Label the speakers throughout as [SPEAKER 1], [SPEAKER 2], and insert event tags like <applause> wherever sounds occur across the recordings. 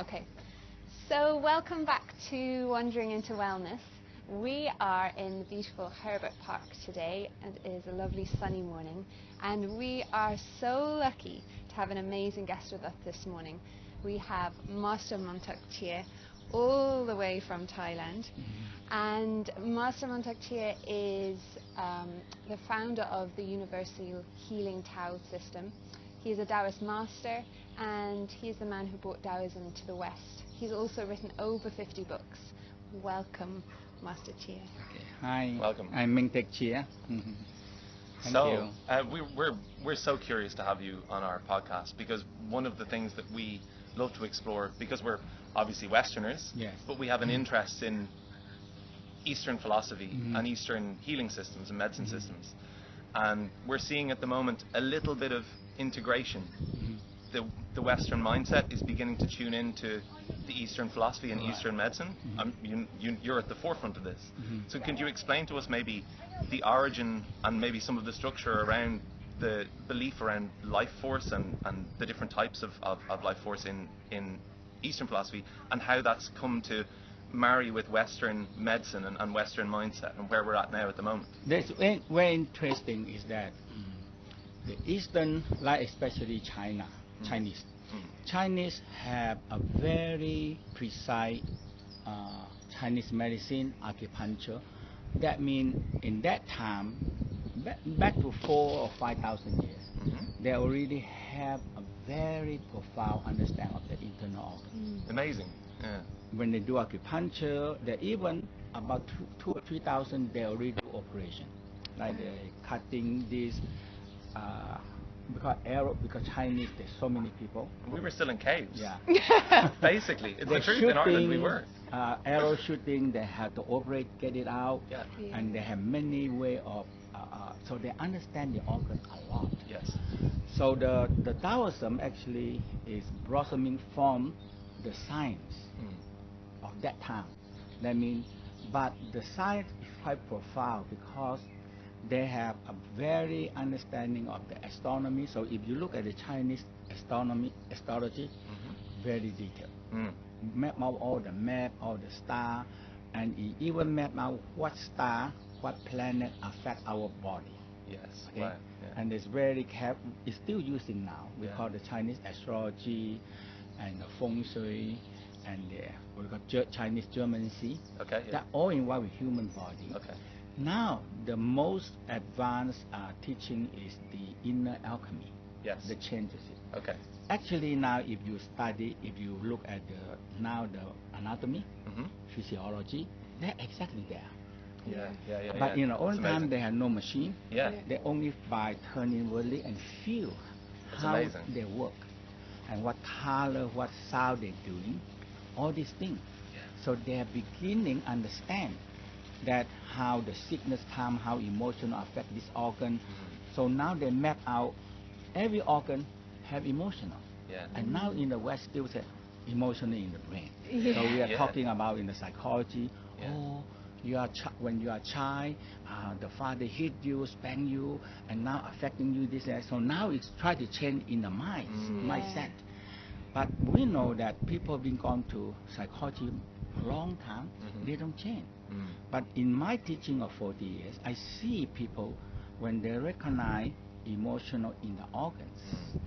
[SPEAKER 1] Okay, so welcome back to Wandering into Wellness. We are in the beautiful Herbert Park today, and it is a lovely sunny morning. And we are so lucky to have an amazing guest with us this morning. We have Master Montak Thie, all the way from Thailand. And Master Montak Thie is um, the founder of the Universal Healing Tao system. He is a Taoist master and he is the man who brought Taoism to the West. He's also written over 50 books. Welcome, Master Chia.
[SPEAKER 2] Okay, Hi.
[SPEAKER 3] Welcome.
[SPEAKER 2] I'm Ming Tek Chia. Mhm. Thank
[SPEAKER 3] so
[SPEAKER 2] you.
[SPEAKER 3] uh, we, we're we're so curious to have you on our podcast because one of the things that we love to explore because we're obviously Westerners,
[SPEAKER 2] Yes. Mm.
[SPEAKER 3] but we have an interest in Eastern philosophy
[SPEAKER 2] Mhm.
[SPEAKER 3] and Eastern healing systems and medicine
[SPEAKER 2] Mm-hmm.
[SPEAKER 3] systems, and we're seeing at the moment a little bit of integration.
[SPEAKER 2] Mhm.
[SPEAKER 3] The the Western mindset is beginning to tune into the Eastern philosophy and
[SPEAKER 2] Right.
[SPEAKER 3] Eastern medicine.
[SPEAKER 2] Mhm.
[SPEAKER 3] Um, you, you, you're at the forefront of this.
[SPEAKER 2] Mhm.
[SPEAKER 3] So, could you explain to us maybe the origin and maybe some of the structure around the belief around life force and, and the different types of, of, of life force in, in Eastern philosophy and how that's come to marry with Western medicine and, and Western mindset and where we're at now at the moment?
[SPEAKER 2] That's very, very eh, interesting is that mm, the Eastern, like especially China,
[SPEAKER 3] Mm.
[SPEAKER 2] Chinese,
[SPEAKER 3] Mm.
[SPEAKER 2] Chinese have a very precise uh, Chinese medicine, acupuncture. That means in that time, back, back to four or five thousand years,
[SPEAKER 3] Mhm.
[SPEAKER 2] they already have a very profound understanding of the internal organ.
[SPEAKER 1] <laughs>
[SPEAKER 3] Hmm. Amazing. Yeah.
[SPEAKER 2] when they do acupuncture, they even about two, two or three thousand they already do operation, like they cutting this. Uh, because Arab, because Chinese, there's so many people.
[SPEAKER 3] We were still in caves. <laughs>
[SPEAKER 2] Yeah.
[SPEAKER 3] Basically, it's the
[SPEAKER 2] They're
[SPEAKER 3] truth. In Ireland, we
[SPEAKER 2] shooting,
[SPEAKER 3] were.
[SPEAKER 2] Uh, arrow shooting, they have to operate, get it out,
[SPEAKER 3] Yeah.
[SPEAKER 1] Yeah.
[SPEAKER 2] and they have many way of. Uh, uh, so they understand the organ a lot.
[SPEAKER 3] Yes.
[SPEAKER 2] So the the Taoism actually is blossoming from the science.
[SPEAKER 3] Mm.
[SPEAKER 2] of that time. That means, but the science is quite profound because they have a very understanding of the astronomy. So if you look at the Chinese astronomy, astrology, very detailed.
[SPEAKER 3] Mhm. Mm.
[SPEAKER 2] Map out all the map, all the star, and it even map out what star, what planet affect our body.
[SPEAKER 3] Yes.
[SPEAKER 2] Okay?
[SPEAKER 3] Wow. Yeah.
[SPEAKER 2] And it's very cap. It's still using now. We
[SPEAKER 3] Yeah.
[SPEAKER 2] call the Chinese astrology, and the feng shui, and the what we call Ge- Chinese German Sea.
[SPEAKER 3] Okay. Yeah.
[SPEAKER 2] That all in one with human body.
[SPEAKER 3] Okay.
[SPEAKER 2] Now the most advanced uh, teaching is the inner alchemy.
[SPEAKER 3] Yes.
[SPEAKER 2] That changes it.
[SPEAKER 3] Okay.
[SPEAKER 2] Actually, now if you study, if you look at the now the anatomy,
[SPEAKER 3] hmm
[SPEAKER 2] physiology, they're exactly there.
[SPEAKER 3] Yeah. Yeah. Yeah.
[SPEAKER 2] but
[SPEAKER 3] yeah.
[SPEAKER 2] you know, all
[SPEAKER 3] It's
[SPEAKER 2] the time
[SPEAKER 3] amazing.
[SPEAKER 2] they have no machine.
[SPEAKER 3] Yeah.
[SPEAKER 1] Yeah.
[SPEAKER 2] They only by turning really and feel
[SPEAKER 3] That's
[SPEAKER 2] how
[SPEAKER 3] amazing.
[SPEAKER 2] they work and what color, what sound they're doing, all these things. So they're beginning understand that how the sickness come, how emotional affect this organ.
[SPEAKER 3] Mhm.
[SPEAKER 2] So now they map out every organ have emotional.
[SPEAKER 3] Yeah.
[SPEAKER 2] And now in the West still say emotionally in the brain.
[SPEAKER 1] Yeah.
[SPEAKER 2] So we are
[SPEAKER 3] Yeah.
[SPEAKER 2] talking about in the psychology.
[SPEAKER 3] Yeah.
[SPEAKER 2] Oh, you are chi- when you are child, uh, the father hit you, spank you, and now affecting you this and that. so now it's try to change in the mind
[SPEAKER 3] Mm.
[SPEAKER 1] Yeah.
[SPEAKER 2] mindset. But we know that people been gone to psychology a long time,
[SPEAKER 3] Mhm.
[SPEAKER 2] they don't change.
[SPEAKER 3] Mm.
[SPEAKER 2] But in my teaching of 40 years, I see people when they recognize emotional in the organs.
[SPEAKER 3] Mm.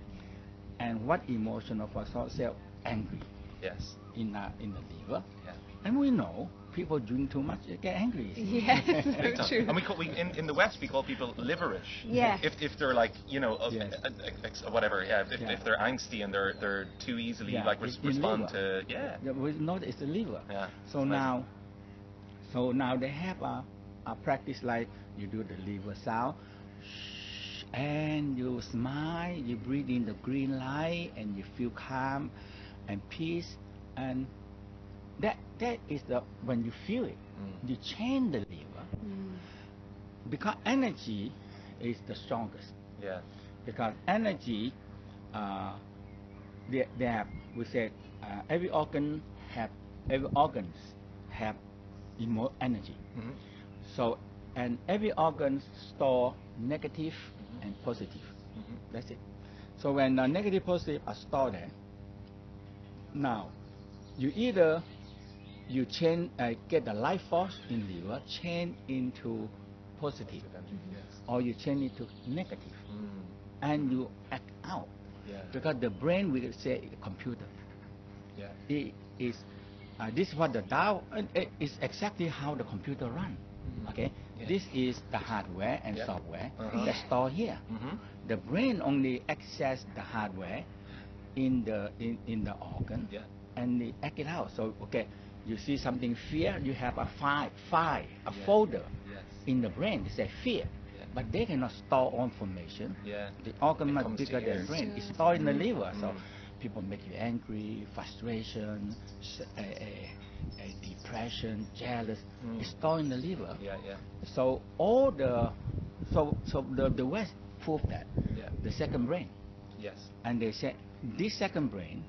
[SPEAKER 2] And what emotional, for example, angry
[SPEAKER 3] Yes.
[SPEAKER 2] in, uh, in the liver.
[SPEAKER 3] Yeah.
[SPEAKER 2] And we know people drink too much, they get angry.
[SPEAKER 1] Yes,
[SPEAKER 3] Big
[SPEAKER 1] so
[SPEAKER 3] time.
[SPEAKER 1] true.
[SPEAKER 3] And we, call, we in, in the West we call people liverish.
[SPEAKER 1] Yes.
[SPEAKER 3] If, if they're like you know a,
[SPEAKER 2] Yes.
[SPEAKER 3] a- a- ex- whatever yeah if,
[SPEAKER 2] Yeah.
[SPEAKER 3] if they're angsty and they're they're too easily
[SPEAKER 2] Yeah,
[SPEAKER 3] like
[SPEAKER 2] it's
[SPEAKER 3] res-
[SPEAKER 2] the
[SPEAKER 3] respond
[SPEAKER 2] liver.
[SPEAKER 3] to yeah
[SPEAKER 2] We know that it's the liver.
[SPEAKER 3] Yeah,
[SPEAKER 2] So
[SPEAKER 3] amazing.
[SPEAKER 2] now, so now they have a, a practice like you do the liver sound, shh, and you smile, you breathe in the green light, and you feel calm, and peace, and that that is the when you feel it,
[SPEAKER 3] Mm.
[SPEAKER 2] you change the liver
[SPEAKER 1] Mm.
[SPEAKER 2] because energy is the strongest
[SPEAKER 3] yeah
[SPEAKER 2] because energy, uh, they, they have, we said, uh, every organ have, every organs have emo- energy.
[SPEAKER 3] Mhm.
[SPEAKER 2] So, and every organ store negative and positive.
[SPEAKER 3] Mhm.
[SPEAKER 2] That's it. So when the negative positive are stored there, now you either you change, uh, get the life force in liver, change into positive,
[SPEAKER 3] Mm-hmm.
[SPEAKER 2] or you change it to negative,
[SPEAKER 3] Mm,
[SPEAKER 2] and you act out.
[SPEAKER 3] Yeah.
[SPEAKER 2] Because the brain will say computer.
[SPEAKER 3] Yeah.
[SPEAKER 2] It is uh, this is what the Tao uh, it is exactly how the computer run. Okay,
[SPEAKER 3] Mm. Yeah.
[SPEAKER 2] this is the hardware and
[SPEAKER 3] Yeah.
[SPEAKER 2] software
[SPEAKER 3] Uh-huh.
[SPEAKER 2] that's stored here.
[SPEAKER 3] Mhm.
[SPEAKER 2] The brain only access the hardware in the in, in the organ
[SPEAKER 3] Yeah.
[SPEAKER 2] and they act it out. So okay, you see something fear, you have a file, file, a
[SPEAKER 3] Yeah.
[SPEAKER 2] folder
[SPEAKER 3] Yes.
[SPEAKER 2] in the brain. They say fear,
[SPEAKER 3] Yeah.
[SPEAKER 2] but they cannot store all information.
[SPEAKER 3] Yeah.
[SPEAKER 2] The organ
[SPEAKER 3] It
[SPEAKER 2] much
[SPEAKER 3] comes
[SPEAKER 2] bigger
[SPEAKER 3] here.
[SPEAKER 2] than brain.
[SPEAKER 1] Yeah.
[SPEAKER 2] It's stored in the liver. So
[SPEAKER 3] Mm.
[SPEAKER 2] people make you angry, frustration, s- a, a, a depression, jealous.
[SPEAKER 3] Mm.
[SPEAKER 2] It's stored in the liver.
[SPEAKER 3] Yeah. Yeah.
[SPEAKER 2] So all the so so the, the West proved that
[SPEAKER 3] Yeah.
[SPEAKER 2] the second brain,
[SPEAKER 3] Yes.
[SPEAKER 2] and they said this second brain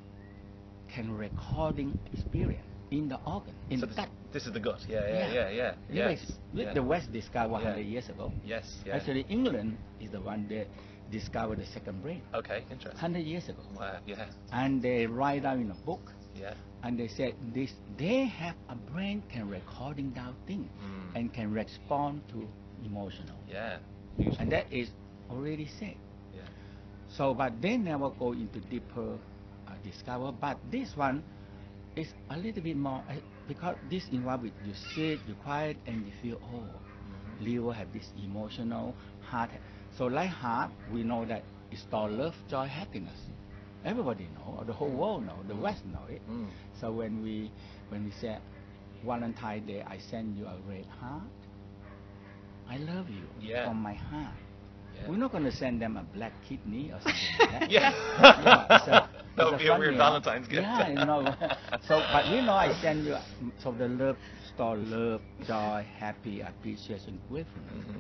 [SPEAKER 2] can recording experience in the organ in
[SPEAKER 3] so
[SPEAKER 2] the
[SPEAKER 3] this,
[SPEAKER 2] gut.
[SPEAKER 3] this is the gut. Yeah. Yeah. Yeah. Yeah. Yeah.
[SPEAKER 2] Yes.
[SPEAKER 3] yeah.
[SPEAKER 2] The West discovered
[SPEAKER 3] Yeah.
[SPEAKER 2] 100 years ago.
[SPEAKER 3] Yes. Yeah.
[SPEAKER 2] Actually, England is the one that discovered the second brain
[SPEAKER 3] Okay. Interesting.
[SPEAKER 2] 100 years ago.
[SPEAKER 3] Wow. Yeah.
[SPEAKER 2] And they write down in a book,
[SPEAKER 3] Yeah.
[SPEAKER 2] and they said this: they have a brain can recording down things
[SPEAKER 3] Mm.
[SPEAKER 2] and can respond to emotional,
[SPEAKER 3] Yeah.
[SPEAKER 2] and that is already said.
[SPEAKER 3] Yeah.
[SPEAKER 2] So, but they never go into deeper uh, discover. But this one is a little bit more uh, because this environment you sit, you quiet, and you feel oh, liver have this emotional heart. So, like heart, we know that it's all love, joy, happiness. Everybody know, the whole world know, the West know it.
[SPEAKER 3] Mm.
[SPEAKER 2] So when we when we say Valentine Day, I send you a red heart. I love you
[SPEAKER 3] Yeah.
[SPEAKER 2] from my heart.
[SPEAKER 3] Yeah.
[SPEAKER 2] We're not going to send them a black kidney or something like that. <laughs>
[SPEAKER 3] <laughs> Yeah.
[SPEAKER 2] Yeah, it's a-
[SPEAKER 3] <laughs> that
[SPEAKER 2] it's
[SPEAKER 3] would be a
[SPEAKER 2] fun
[SPEAKER 3] weird
[SPEAKER 2] day.
[SPEAKER 3] Valentine's gift.
[SPEAKER 2] Yeah, you know.
[SPEAKER 3] <laughs>
[SPEAKER 2] So, but you know, I send you so the love store, love, joy, happy, appreciation, gratefulness,
[SPEAKER 3] Mhm.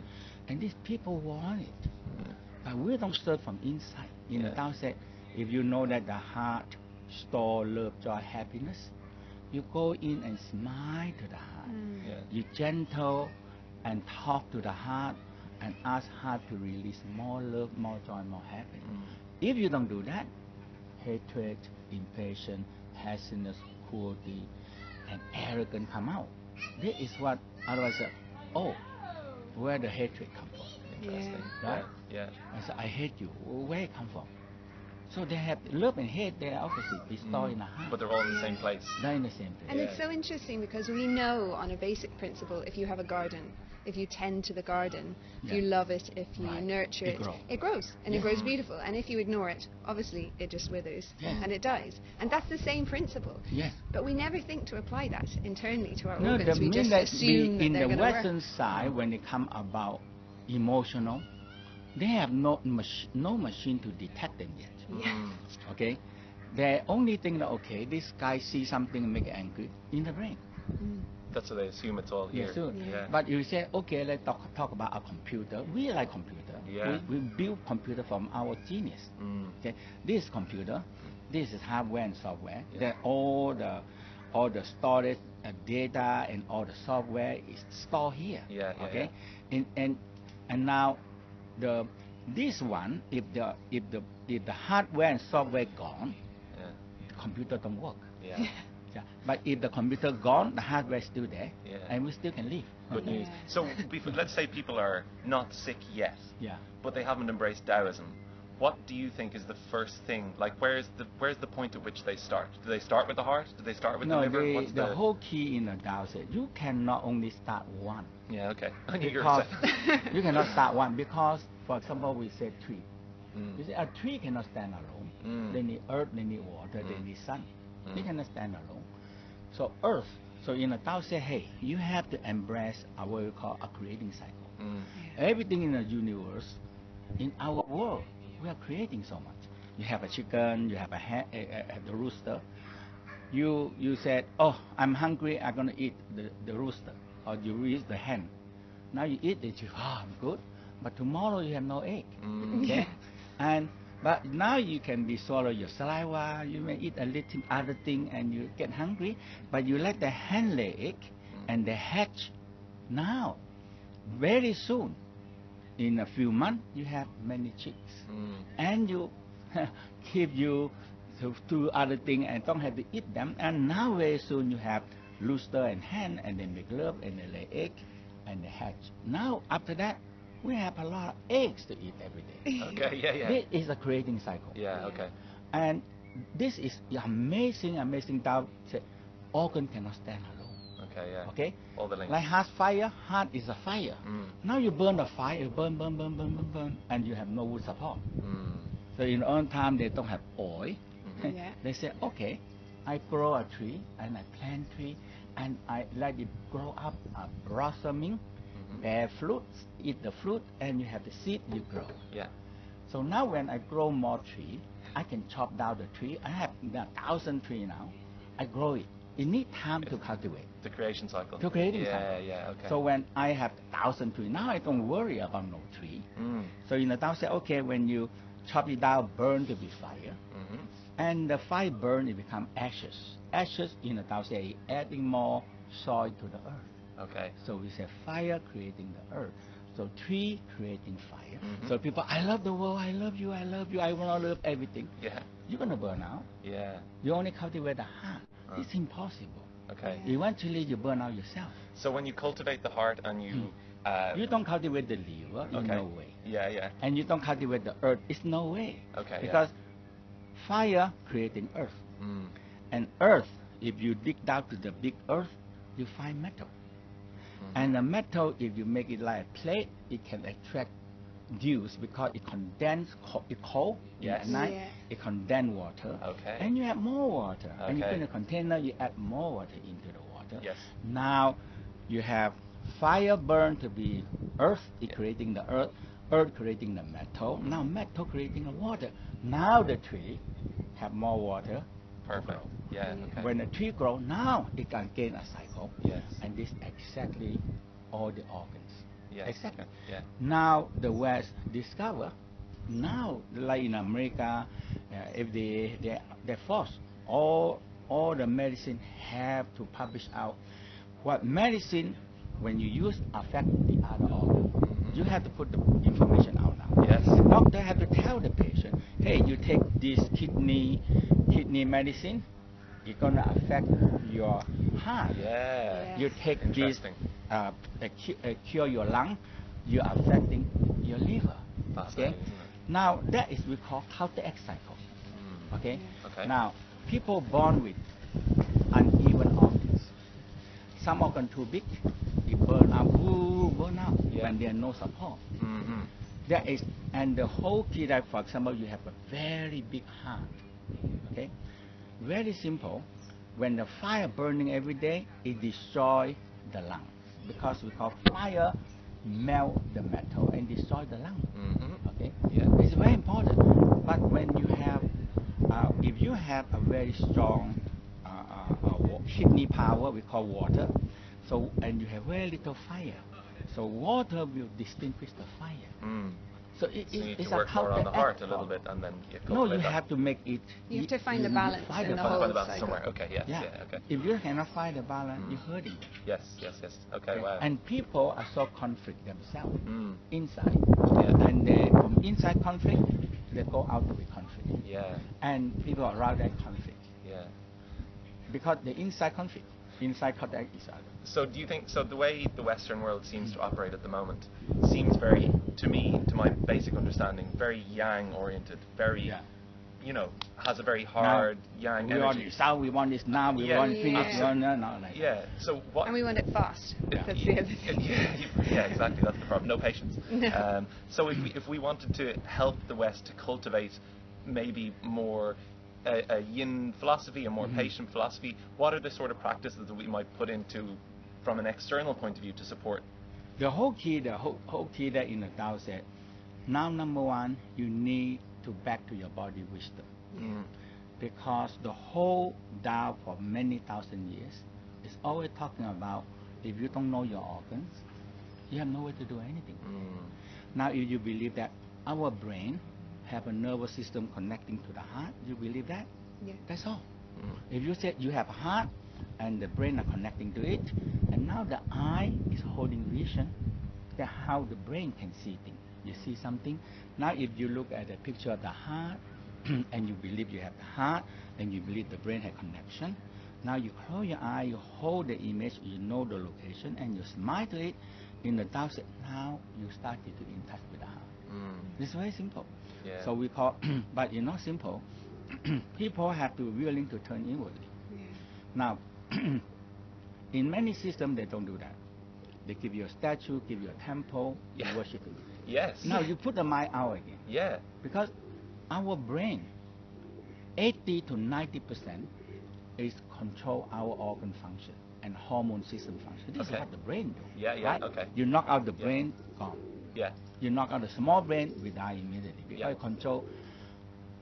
[SPEAKER 2] and these people want it. But we don't serve from inside. In the
[SPEAKER 3] Yeah.
[SPEAKER 2] Tao said, if you know that the heart store love, joy, happiness, you go in and smile to the heart.
[SPEAKER 1] Mm.
[SPEAKER 3] Yeah.
[SPEAKER 2] You gentle and talk to the heart and ask heart to release more love, more joy, more happiness.
[SPEAKER 3] Mm.
[SPEAKER 2] If you don't do that, hatred, impatience, hastiness, cruelty, and arrogance come out. This is what otherwise, uh, oh, where the hatred come from?
[SPEAKER 3] Interesting.
[SPEAKER 2] Right?
[SPEAKER 3] Yeah.
[SPEAKER 2] I said, I hate you. Where it come from? So they have love and hate. They are opposite. They
[SPEAKER 3] Mm.
[SPEAKER 2] store in the heart.
[SPEAKER 3] But they're all in the same place.
[SPEAKER 2] they're in the same place.
[SPEAKER 1] And it's
[SPEAKER 3] Yeah.
[SPEAKER 1] so interesting because we know on a basic principle if you have a garden, if you tend to the garden, if you
[SPEAKER 2] Yeah.
[SPEAKER 1] love it, if you
[SPEAKER 2] Right.
[SPEAKER 1] nurture
[SPEAKER 2] It
[SPEAKER 1] it,
[SPEAKER 2] grow.
[SPEAKER 1] it grows and it
[SPEAKER 2] Yeah.
[SPEAKER 1] grows beautiful. And if you ignore it, obviously it just withers
[SPEAKER 2] Yeah.
[SPEAKER 1] and it dies. And that's the same principle.
[SPEAKER 2] Yes.
[SPEAKER 1] But we never think to apply that internally to our
[SPEAKER 2] No, the
[SPEAKER 1] organs. We
[SPEAKER 2] mean
[SPEAKER 1] just
[SPEAKER 2] that
[SPEAKER 1] assume
[SPEAKER 2] the,
[SPEAKER 1] that
[SPEAKER 2] in
[SPEAKER 1] they're
[SPEAKER 2] the
[SPEAKER 1] going to work.
[SPEAKER 2] Western side, when it come about emotional, they have no mach- no machine to detect them yet.
[SPEAKER 1] <laughs> Yeah.
[SPEAKER 3] Mm.
[SPEAKER 2] Okay, they only think that okay, this guy see something and make angry in the brain.
[SPEAKER 1] Mm.
[SPEAKER 3] That's what they assume it's all here.
[SPEAKER 2] Yes, sure.
[SPEAKER 3] Yeah.
[SPEAKER 2] But you say okay, let's talk talk about a computer. We like computer.
[SPEAKER 3] Yeah.
[SPEAKER 2] We, we build computer from our genius.
[SPEAKER 3] Mm.
[SPEAKER 2] Okay, this computer, this is hardware and software.
[SPEAKER 3] Yeah.
[SPEAKER 2] That all the all the storage uh, data and all the software is stored here.
[SPEAKER 3] Yeah, yeah,
[SPEAKER 2] okay. And and and now the this one, if the if the if the hardware and software gone,
[SPEAKER 3] Yeah.
[SPEAKER 2] the computer don't work. <laughs>
[SPEAKER 3] Yeah.
[SPEAKER 2] Yeah. But if the computer gone, the hardware is still there,
[SPEAKER 3] Yeah.
[SPEAKER 2] and we still can live.
[SPEAKER 3] Good news.
[SPEAKER 1] Yeah. <laughs>
[SPEAKER 3] So bef- let's say people are not sick yet,
[SPEAKER 2] Yeah.
[SPEAKER 3] but they haven't embraced Taoism. What do you think is the first thing? Like, where's the where's the point at which they start? Do they start with the heart? Do they start with
[SPEAKER 2] no,
[SPEAKER 3] the liver?
[SPEAKER 2] the,
[SPEAKER 3] What's
[SPEAKER 2] the whole key in the Tao said you cannot only start one.
[SPEAKER 3] Yeah. Okay. <laughs> I knew you were
[SPEAKER 2] because
[SPEAKER 3] upset.
[SPEAKER 2] you cannot start one because for example we say tree
[SPEAKER 3] Mm.
[SPEAKER 2] you see a tree cannot stand alone
[SPEAKER 3] Mm.
[SPEAKER 2] they need earth they need water
[SPEAKER 3] Mm.
[SPEAKER 2] they need sun they
[SPEAKER 3] Mm.
[SPEAKER 2] cannot stand alone so earth so in the Tao say hey you have to embrace uh, what we call a creating cycle
[SPEAKER 3] Mm.
[SPEAKER 2] everything in the universe in our world we are creating so much you have a chicken you have a ha- a, a, a- the rooster you you said oh i'm hungry i'm going to eat the, the rooster or you raise the hen now you eat it you ah i'm good but tomorrow you have no egg <laughs>
[SPEAKER 3] Mm.
[SPEAKER 2] okay and but now you can be swallow your saliva you may eat a little other thing and you get hungry but you let the hen lay egg and they hatch now very soon in a few months you <laughs> have many chicks
[SPEAKER 3] Mm.
[SPEAKER 2] and you keep you to, to other thing and don't have to eat them. And now very soon you have rooster and hen, and they make love and they lay egg, and they hatch. Now after that, we have a lot of eggs to eat every day.
[SPEAKER 3] Okay, yeah, yeah.
[SPEAKER 2] This is a creating cycle.
[SPEAKER 3] Yeah, okay.
[SPEAKER 2] And this is amazing, amazing doubt. that Organ cannot stand alone.
[SPEAKER 3] Okay, yeah.
[SPEAKER 2] Okay?
[SPEAKER 3] All the links.
[SPEAKER 2] Like heart fire, heart is a fire.
[SPEAKER 3] Mm.
[SPEAKER 2] Now you burn the fire, you burn, burn, burn, burn, burn, burn, and you have no wood support.
[SPEAKER 3] Mm.
[SPEAKER 2] So in old time they don't have oil. <laughs>
[SPEAKER 1] Mhm. Yeah.
[SPEAKER 2] they say, okay, I grow a tree and I plant tree and I let it grow up, uh, blossoming, <laughs>
[SPEAKER 3] Mm.
[SPEAKER 2] bear fruits, eat the fruit, and you have the seed you grow.
[SPEAKER 3] Yeah.
[SPEAKER 2] So now when I grow more tree, I can chop down the tree. I have a thousand tree now. I grow it. It need time to cultivate.
[SPEAKER 3] The creation cycle.
[SPEAKER 2] To creating
[SPEAKER 3] yeah,
[SPEAKER 2] cycle.
[SPEAKER 3] Yeah, okay.
[SPEAKER 2] So when I have thousand tree, now I don't worry about no tree.
[SPEAKER 3] Mm.
[SPEAKER 2] So in the Tao say, okay, when you chop it down, burn to be fire.
[SPEAKER 3] Mhm.
[SPEAKER 2] And the fire burn, it become ashes. Ashes in the Tao say, adding more soil to the earth.
[SPEAKER 3] Okay.
[SPEAKER 2] So we say fire creating the earth. So tree creating fire.
[SPEAKER 3] Mhm.
[SPEAKER 2] So people, I love the world, I love you, I love you, I want to love everything.
[SPEAKER 3] Yeah.
[SPEAKER 2] You're going to burn out.
[SPEAKER 3] Yeah.
[SPEAKER 2] You only cultivate the heart.
[SPEAKER 3] Uh.
[SPEAKER 2] It's impossible.
[SPEAKER 3] Okay.
[SPEAKER 1] Yeah.
[SPEAKER 2] Eventually you burn out yourself.
[SPEAKER 3] So when you cultivate the heart and you, uh,
[SPEAKER 2] Hmm. You don't cultivate the liver in
[SPEAKER 3] okay.
[SPEAKER 2] no way.
[SPEAKER 3] Yeah, yeah.
[SPEAKER 2] and you don't cultivate the earth, it's no way.
[SPEAKER 3] Okay, yeah.
[SPEAKER 2] Because fire creating earth,
[SPEAKER 3] Mm.
[SPEAKER 2] and earth, if you dig down to the big earth, you find metal.
[SPEAKER 3] mm. Mm-hmm.
[SPEAKER 2] And the metal, if you make it like a plate, it can attract dews because it condense co- it cold
[SPEAKER 3] Yes.
[SPEAKER 2] at night.
[SPEAKER 1] Yeah.
[SPEAKER 2] It condense water.
[SPEAKER 3] Okay.
[SPEAKER 2] And you add more water. And you put
[SPEAKER 3] Okay.
[SPEAKER 2] in a container, you add more water into the water.
[SPEAKER 3] Yes.
[SPEAKER 2] Now you have fire burn to be earth, it
[SPEAKER 3] Yeah.
[SPEAKER 2] creating the earth, earth creating the metal, now metal creating the water. Now the tree have more water. to
[SPEAKER 3] Perfect.
[SPEAKER 2] grow.
[SPEAKER 3] Yeah. Okay.
[SPEAKER 2] When the tree grow, now it can gain a cycle.
[SPEAKER 3] Yes.
[SPEAKER 2] And this exactly all the organs.
[SPEAKER 3] Yes,
[SPEAKER 2] Exactly.
[SPEAKER 3] okay, yeah.
[SPEAKER 2] Now the West discover, now like in America, uh, if they they they force all all the medicine have to publish out what medicine when you use affect the other organ.
[SPEAKER 3] Mhm.
[SPEAKER 2] You have to put the information out now.
[SPEAKER 3] Mm-hmm. Yes.
[SPEAKER 2] Doctor have to tell the patient, hey, you take this kidney kidney medicine, it's gonna affect your heart.
[SPEAKER 3] yeah.
[SPEAKER 2] You take this,
[SPEAKER 3] Interesting.
[SPEAKER 2] uh, uh, cu- uh, cure your lung, you're affecting your liver.
[SPEAKER 3] Fascinating,
[SPEAKER 2] Okay.
[SPEAKER 3] isn't it?
[SPEAKER 2] Now that is we call counteract cycle.
[SPEAKER 3] Mm.
[SPEAKER 2] Okay.
[SPEAKER 3] Okay.
[SPEAKER 2] Now people born with uneven organs. Some organ too big, they burn out, woo, burn out
[SPEAKER 3] Yeah.
[SPEAKER 2] when there are no support.
[SPEAKER 3] Mhm.
[SPEAKER 2] That is, and the whole key that, for example, you have a very big heart. Okay, very simple. When the fire burning every day, it destroy the lungs because we call fire melt the metal and destroy the lung.
[SPEAKER 3] Mhm.
[SPEAKER 2] Okay,
[SPEAKER 3] Yeah.
[SPEAKER 2] it's very important. But when you have, uh, if you have a very strong uh, uh, uh, wa- kidney power, we call water. So and you have very little fire, so water will distinguish the fire.
[SPEAKER 3] Mm.
[SPEAKER 2] So it,
[SPEAKER 3] So you need
[SPEAKER 2] it's
[SPEAKER 3] to
[SPEAKER 2] a
[SPEAKER 3] work more on the
[SPEAKER 2] counteract
[SPEAKER 3] heart a little
[SPEAKER 2] problem.
[SPEAKER 3] bit and then
[SPEAKER 2] No,
[SPEAKER 3] you
[SPEAKER 2] you
[SPEAKER 3] cultivate that.
[SPEAKER 2] have to make it.
[SPEAKER 1] You have
[SPEAKER 2] y-
[SPEAKER 1] to find the
[SPEAKER 2] you
[SPEAKER 1] balance
[SPEAKER 2] find
[SPEAKER 1] in
[SPEAKER 2] the
[SPEAKER 1] the
[SPEAKER 3] Find
[SPEAKER 1] whole
[SPEAKER 3] the balance
[SPEAKER 1] cycle.
[SPEAKER 3] somewhere. Okay. Yes.
[SPEAKER 2] Yeah.
[SPEAKER 3] Yeah. Okay.
[SPEAKER 2] If you cannot find the balance,
[SPEAKER 3] Mm.
[SPEAKER 2] you're hurting.
[SPEAKER 3] Yes. Yes. Yes. Okay. Wow.
[SPEAKER 2] And people are so conflict themselves
[SPEAKER 3] Mm.
[SPEAKER 2] inside,
[SPEAKER 3] Yeah.
[SPEAKER 2] and they from inside conflict, they go out to be conflict,
[SPEAKER 3] Yeah.
[SPEAKER 2] and people around that conflict
[SPEAKER 3] Yeah.
[SPEAKER 2] because the inside conflict, inside contact each other.
[SPEAKER 3] So do you think so the way the Western world seems to operate at the moment seems very to me, to my basic understanding, very yang oriented, very
[SPEAKER 2] Yeah.
[SPEAKER 3] you know, has a very hard yang
[SPEAKER 2] we want
[SPEAKER 3] energy.
[SPEAKER 2] this now, we want this now, we
[SPEAKER 3] Yeah.
[SPEAKER 2] want peace, we
[SPEAKER 1] Yeah.
[SPEAKER 2] want no, no, like that.
[SPEAKER 3] Yeah. So what
[SPEAKER 1] <laughs> And we want it fast.
[SPEAKER 3] if
[SPEAKER 1] That's
[SPEAKER 3] you-
[SPEAKER 1] the other thing.
[SPEAKER 3] Yeah, you- <laughs> yeah, exactly. That's the problem. No
[SPEAKER 1] <laughs>
[SPEAKER 3] patience.
[SPEAKER 1] No.
[SPEAKER 3] Um, so if we, if we wanted to help the West to cultivate maybe more a, a yin philosophy, a more
[SPEAKER 2] Mm-hmm.
[SPEAKER 3] patient philosophy, what are the sort of practices that we might put into from an external point of view to support?
[SPEAKER 2] The whole key, the whole, whole key that in the Tao said, now number one, you need to back to your body wisdom.
[SPEAKER 3] Mm,
[SPEAKER 2] Because the whole Tao for many thousand years is always talking about if you don't know your organs, you have no way to do anything.
[SPEAKER 3] mm,
[SPEAKER 2] Now if you believe that our brain have a nervous system connecting to the heart, you believe that?
[SPEAKER 1] Yeah.
[SPEAKER 2] That's all.
[SPEAKER 3] mm.
[SPEAKER 2] If you said you have a heart and the brain are connecting to it, and now the eye is holding vision, then how the brain can see things. You see something. Now, if you look at the picture of the heart, <clears throat> and you believe you have the heart, and you believe the brain have connection. Now you close your eye, you hold the image, you know the location, and you smile to it. In the dark side, now you started to in touch with the heart.
[SPEAKER 3] Mm.
[SPEAKER 2] It's very simple.
[SPEAKER 3] Yeah.
[SPEAKER 2] So we call, <clears throat> but it's not simple. <clears throat> People have to be willing to turn inwardly. Now, <clears throat> in many systems, they don't do that. They give you a statue, give you a temple,
[SPEAKER 3] Yeah.
[SPEAKER 2] you worship it.
[SPEAKER 3] Yes.
[SPEAKER 2] Now you put the mind out again
[SPEAKER 3] Yeah.
[SPEAKER 2] because our brain, 80 to 90 percent, is control our organ function and hormone system function. This
[SPEAKER 3] Okay.
[SPEAKER 2] is what the brain do.
[SPEAKER 3] Yeah, yeah,
[SPEAKER 2] right?
[SPEAKER 3] okay.
[SPEAKER 2] You knock out the
[SPEAKER 3] Yeah.
[SPEAKER 2] brain, gone.
[SPEAKER 3] Yeah.
[SPEAKER 2] You knock out the small brain, we die immediately because
[SPEAKER 3] Yeah.
[SPEAKER 2] you control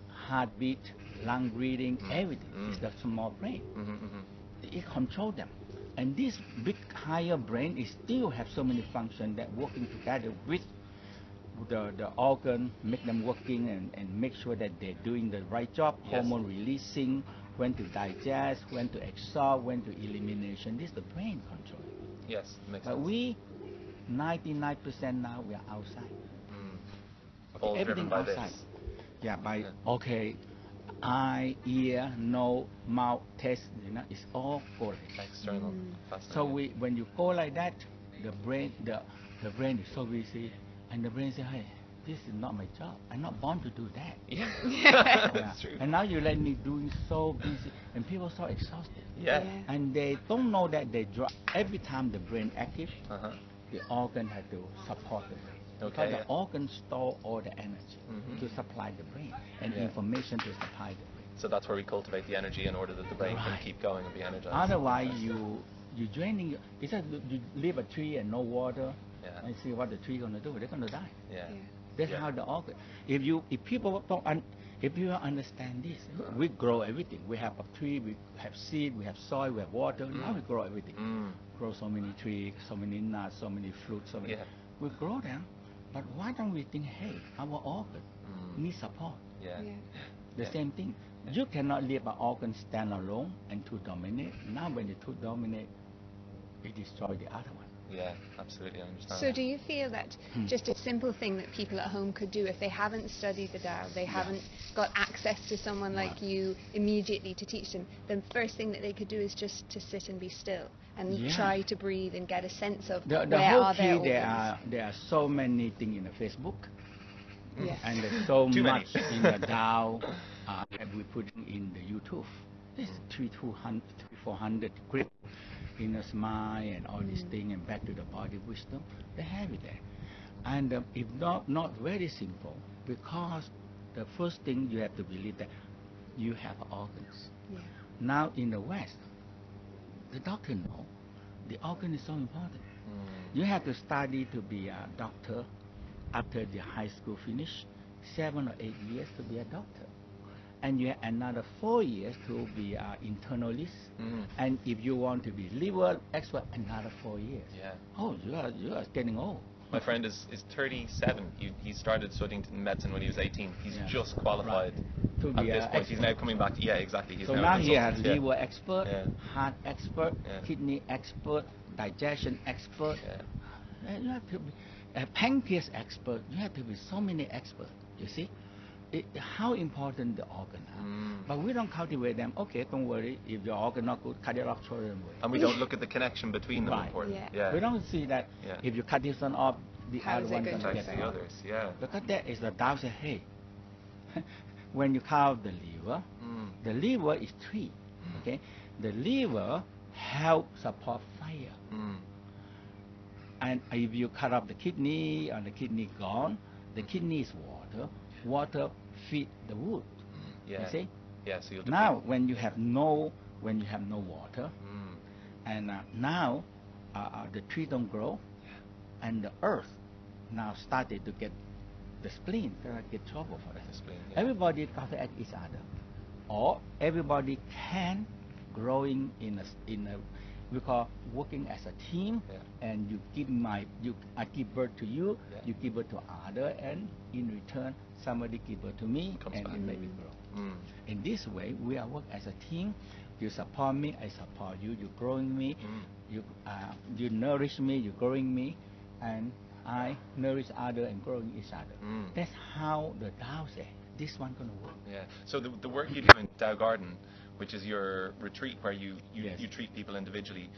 [SPEAKER 2] heartbeat, lung breathing, everything.
[SPEAKER 3] Mm.
[SPEAKER 2] It's the small brain
[SPEAKER 3] Mm-hmm, mm-hmm.
[SPEAKER 2] it control them. And this big higher brain is still have so many functions that working together with the, the organ, make them working and, and make sure that they're doing the right job,
[SPEAKER 3] Yes.
[SPEAKER 2] hormone releasing, when to digest, when to exhaust, when to elimination. This is the brain control.
[SPEAKER 3] Yes. Makes
[SPEAKER 2] But
[SPEAKER 3] sense.
[SPEAKER 2] we, 99% now, we are outside.
[SPEAKER 3] Mm.
[SPEAKER 2] Okay,
[SPEAKER 3] All driven
[SPEAKER 2] everything
[SPEAKER 3] by
[SPEAKER 2] outside.
[SPEAKER 3] this.
[SPEAKER 2] Yeah, by
[SPEAKER 3] Yeah.
[SPEAKER 2] okay, eye, ear, nose, mouth, taste, you know, it's all correlated.
[SPEAKER 3] External.
[SPEAKER 1] Mm.
[SPEAKER 3] Fascinating.
[SPEAKER 2] So we, when you go like that, the brain, the, the brain is so busy, and the brain say, hey, this is not my job. I'm not born to do that.
[SPEAKER 1] <laughs>
[SPEAKER 3] Yeah.
[SPEAKER 2] Yeah.
[SPEAKER 3] <laughs> That's true.
[SPEAKER 2] And now you let me doing so busy, and people so exhausted,
[SPEAKER 3] Yeah.
[SPEAKER 1] Yeah.
[SPEAKER 2] and they don't know that they drop. Every time the brain active,
[SPEAKER 3] Uh huh.
[SPEAKER 2] the organ has to support the brain.
[SPEAKER 3] Okay,
[SPEAKER 2] because the
[SPEAKER 3] yeah.
[SPEAKER 2] organ store all the energy
[SPEAKER 3] Mhm.
[SPEAKER 2] to supply the brain and
[SPEAKER 3] Yeah.
[SPEAKER 2] information to supply the brain.
[SPEAKER 3] So that's where we cultivate the energy in order that the brain
[SPEAKER 2] Right.
[SPEAKER 3] can keep going and be energized.
[SPEAKER 2] Otherwise, you you draining. your- It's like you leave a tree and no water,
[SPEAKER 3] Yeah.
[SPEAKER 2] and see what the tree gonna do. They're gonna die.
[SPEAKER 3] Yeah.
[SPEAKER 2] That's
[SPEAKER 3] Yeah.
[SPEAKER 2] how the organ. If you if people don't un, if you don't understand this, we grow everything. We have a tree, we have seed, we have soil, we have water.
[SPEAKER 3] Mm-hmm.
[SPEAKER 2] Now we grow everything.
[SPEAKER 3] Mm.
[SPEAKER 2] Grow so many trees, so many nuts, so many fruits, so many.
[SPEAKER 3] Yeah.
[SPEAKER 2] We grow them, but why don't we think, hey, our organ
[SPEAKER 3] Mm.
[SPEAKER 2] needs support?
[SPEAKER 3] Yeah.
[SPEAKER 1] Yeah.
[SPEAKER 2] The
[SPEAKER 3] Yeah.
[SPEAKER 2] same thing. You cannot leave an organ stand alone and to dominate. Now when the two dominate, it destroy the other one.
[SPEAKER 3] Yeah. Absolutely. I understand.
[SPEAKER 1] So,
[SPEAKER 3] that.
[SPEAKER 1] do you feel that
[SPEAKER 2] Hmm.
[SPEAKER 1] just a simple thing that people at home could do if they haven't studied the Tao, they haven't got access to someone like you immediately to teach them, the first thing that they could do is just to sit and be still and
[SPEAKER 2] Yeah.
[SPEAKER 1] try to breathe and get a sense of
[SPEAKER 2] The, the
[SPEAKER 1] where
[SPEAKER 2] whole
[SPEAKER 1] are their
[SPEAKER 2] key,
[SPEAKER 1] organs.
[SPEAKER 2] there are there are so many things in the Facebook,
[SPEAKER 1] Yeah.
[SPEAKER 2] mm, and there's so
[SPEAKER 3] Too many.
[SPEAKER 2] much in the Tao uh, that we put in the YouTube. There's three, two hundred, three, four hundred grip in the smile and all these
[SPEAKER 3] Mm.
[SPEAKER 2] thing and back to the body wisdom. They have it there, and um, if not not very simple because the first thing you have to believe that you have organs.
[SPEAKER 1] Yeah.
[SPEAKER 2] Now in the West, the doctor know the organ is so important.
[SPEAKER 3] Mm.
[SPEAKER 2] You have to study to be a doctor after the high school finish, seven or eight years to be a doctor. And you have another four years to be an internalist.
[SPEAKER 3] Mhm.
[SPEAKER 2] And if you want to be liver expert, another four years.
[SPEAKER 3] Yeah.
[SPEAKER 2] Oh, you are, you are getting old.
[SPEAKER 3] My friend is, is 37. He, he started studying medicine when he was 18. He's
[SPEAKER 2] Yeah.
[SPEAKER 3] just qualified.
[SPEAKER 2] Right. To
[SPEAKER 3] At
[SPEAKER 2] be
[SPEAKER 3] this
[SPEAKER 2] a
[SPEAKER 3] point, he's now coming back. Yeah, exactly. He's
[SPEAKER 2] so now
[SPEAKER 3] a
[SPEAKER 2] he has
[SPEAKER 3] consultant, yeah.
[SPEAKER 2] liver expert,
[SPEAKER 3] Yeah.
[SPEAKER 2] heart expert,
[SPEAKER 3] Yeah.
[SPEAKER 2] kidney expert, digestion expert.
[SPEAKER 3] Yeah.
[SPEAKER 2] Uh, You have to be a pancreas expert. You have to be so many experts. You see, it, how important the organ are.
[SPEAKER 3] Mm.
[SPEAKER 2] But we don't cultivate them. Okay, don't worry. If your organ not good, cut it off, throw it away.
[SPEAKER 3] And we don't look at the connection between them.
[SPEAKER 2] Right.
[SPEAKER 3] Important.
[SPEAKER 1] Yeah.
[SPEAKER 3] Um, Yeah.
[SPEAKER 2] We don't see that
[SPEAKER 3] Yeah.
[SPEAKER 2] if you cut this one off, the
[SPEAKER 1] How
[SPEAKER 2] other
[SPEAKER 1] is it
[SPEAKER 2] one
[SPEAKER 1] going
[SPEAKER 2] doesn't
[SPEAKER 1] to
[SPEAKER 2] get
[SPEAKER 3] Affects the
[SPEAKER 1] affect?
[SPEAKER 2] off.
[SPEAKER 3] others. Yeah.
[SPEAKER 2] Because that is the Tao say, hey, <laughs> when you count the liver,
[SPEAKER 3] Mm.
[SPEAKER 2] the liver is three. Okay, the liver help support fire.
[SPEAKER 3] Mm.
[SPEAKER 2] And if you cut off the kidney and the kidney gone, the kidney is water. Water feed the wood.
[SPEAKER 3] Yeah.
[SPEAKER 2] You see?
[SPEAKER 3] Yeah. So you'll
[SPEAKER 2] Now when you have no when you have no water,
[SPEAKER 3] deplete- Mm.
[SPEAKER 2] and uh, now uh, uh, the tree don't grow, and the earth now started to get the spleen. Gonna get trouble for that.
[SPEAKER 3] The spleen, yeah.
[SPEAKER 2] Everybody counteract each other, or everybody can growing in a s- in a we call working as a team.
[SPEAKER 3] Yeah.
[SPEAKER 2] And you give my you I give birth to you,
[SPEAKER 3] Yeah.
[SPEAKER 2] you give birth to other, and in return somebody give birth to me,
[SPEAKER 3] Comes
[SPEAKER 2] and
[SPEAKER 3] back.
[SPEAKER 2] it make it grow.
[SPEAKER 3] Mm.
[SPEAKER 2] In this way, we are work as a team. You support me, I support you. You're growing me.
[SPEAKER 3] Mm.
[SPEAKER 2] You uh, you nourish me. You're growing me, and I nourish other and growing each other.
[SPEAKER 3] Mm.
[SPEAKER 2] That's how the Tao say. this one gonna work?
[SPEAKER 3] Yeah. So the, the work you do in Dow Garden, which is your retreat where you, you,
[SPEAKER 2] Yes.
[SPEAKER 3] you treat people individually,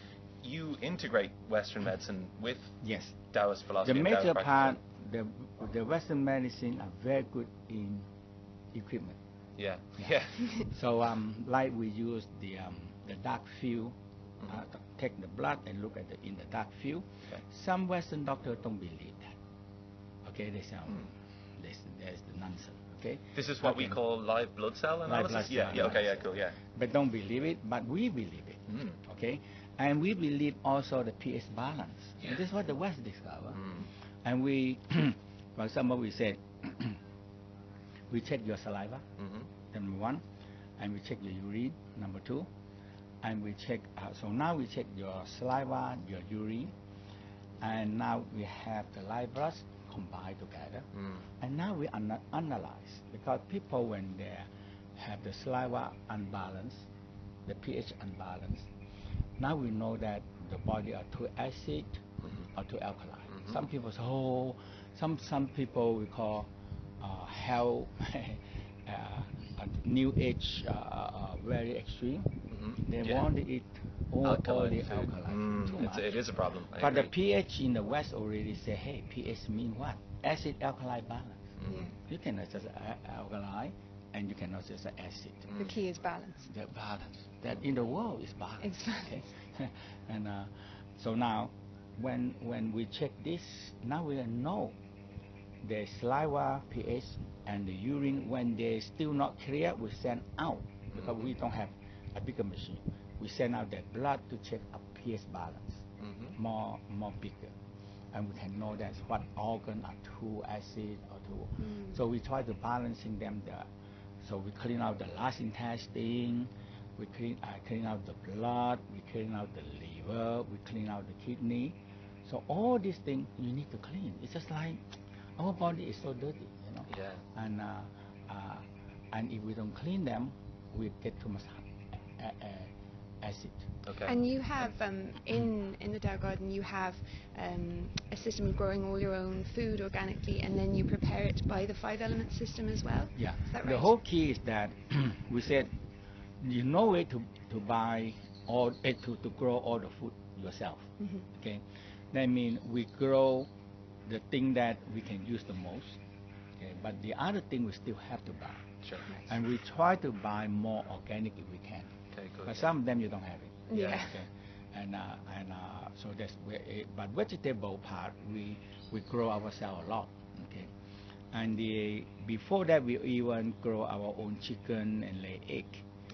[SPEAKER 3] you integrate Western medicine with
[SPEAKER 2] Yes.
[SPEAKER 3] Taoist
[SPEAKER 2] The
[SPEAKER 3] philosophy. and
[SPEAKER 2] major
[SPEAKER 3] Taoist
[SPEAKER 2] part,
[SPEAKER 3] practice.
[SPEAKER 2] the, the Western medicine are very good in equipment.
[SPEAKER 3] Yeah. <laughs> Yeah.
[SPEAKER 2] <laughs> So um, like we use the um, the dark field,
[SPEAKER 3] Mhm.
[SPEAKER 2] uh, take the blood and look at the in the dark field.
[SPEAKER 3] Okay.
[SPEAKER 2] Some Western doctors don't believe that. Okay, they say um,
[SPEAKER 3] Mm.
[SPEAKER 2] this there's the nonsense. Okay,
[SPEAKER 3] This is what we
[SPEAKER 2] Okay.
[SPEAKER 3] call live blood cell
[SPEAKER 2] Live
[SPEAKER 3] analysis.
[SPEAKER 2] blood
[SPEAKER 3] yeah.
[SPEAKER 2] cell
[SPEAKER 3] yeah. Okay. Yeah.
[SPEAKER 2] analysis.
[SPEAKER 3] Cool. Yeah.
[SPEAKER 2] but don't believe it. But we believe it.
[SPEAKER 3] Mm.
[SPEAKER 2] Okay, and we believe also the pH balance.
[SPEAKER 3] Yeah.
[SPEAKER 2] This is what the West discovered.
[SPEAKER 3] Mm.
[SPEAKER 2] And we, <clears throat> for example, we said <clears throat> we check your saliva.
[SPEAKER 3] Mhm.
[SPEAKER 2] number one, and we check your urine, number two, and we check, uh, so now we check your saliva, your urine, and now we have the live blood combined together,
[SPEAKER 3] Mm.
[SPEAKER 2] and now we ana- analyze, because people when they have the saliva unbalanced, the pH unbalanced, now we know that the body are too acid
[SPEAKER 3] Mhm.
[SPEAKER 2] or too alkaline.
[SPEAKER 3] Mhm.
[SPEAKER 2] Some people say, oh, some, some people we call uh, hell, <laughs> uh, a new age, uh, uh, very extreme.
[SPEAKER 3] Mhm.
[SPEAKER 2] They
[SPEAKER 3] Yeah.
[SPEAKER 2] want to eat all, all
[SPEAKER 3] Alkaline
[SPEAKER 2] the
[SPEAKER 3] food.
[SPEAKER 2] alkaline.
[SPEAKER 3] Mm,
[SPEAKER 2] food, too
[SPEAKER 3] it's-
[SPEAKER 2] much.
[SPEAKER 3] it is a problem. I
[SPEAKER 2] but the
[SPEAKER 3] agree.
[SPEAKER 2] pH in the West already say, hey, pH mean what? Acid alkaline balance.
[SPEAKER 3] Mhm.
[SPEAKER 2] You cannot just a- alkaline, and you cannot just acid.
[SPEAKER 1] The
[SPEAKER 3] Mm.
[SPEAKER 1] key is balance.
[SPEAKER 2] The balance that in the world is balance.
[SPEAKER 1] It's balance.
[SPEAKER 2] Okay? <laughs> and uh, so now, when when we check this, now we know the saliva pH and the urine. When they still not clear, we send out because we don't have a bigger machine. We send out the blood to check a pH balance,
[SPEAKER 3] Mhm.
[SPEAKER 2] more more bigger, and we can know that what organ are too acid or too.
[SPEAKER 1] Mm.
[SPEAKER 2] So we try to balancing them there. So we clean out the last intestine, we clean, uh, clean out the blood, we clean out the liver, we clean out the kidney. So all these things you need to clean. It's just like our body is so dirty, you know.
[SPEAKER 3] Yeah.
[SPEAKER 2] And uh, uh, and if we don't clean them, we get too much a- a- a- acid.
[SPEAKER 3] Okay.
[SPEAKER 1] And you have um, in in the Dow Garden, you have um, a system of growing all your own food organically, and then you prepare it by the five element system as well.
[SPEAKER 2] Yeah.
[SPEAKER 1] Is that
[SPEAKER 2] The
[SPEAKER 1] right?
[SPEAKER 2] whole key is that <clears throat> we said you know way to to buy all eh, to to grow all the food yourself.
[SPEAKER 1] Mhm.
[SPEAKER 2] Okay, that means we grow the thing that we can use the most. Okay, but the other thing we still have to buy,
[SPEAKER 3] Sure.
[SPEAKER 1] Right.
[SPEAKER 2] and we try to buy more organic if we can.
[SPEAKER 3] Okay. Good.
[SPEAKER 2] But some of them you don't have it.
[SPEAKER 1] Yeah.
[SPEAKER 3] Yeah.
[SPEAKER 2] Okay, and uh, and uh, so that's where it, but vegetable part we we grow ourselves a lot. Okay, and the before that we even grow our own chicken and lay egg.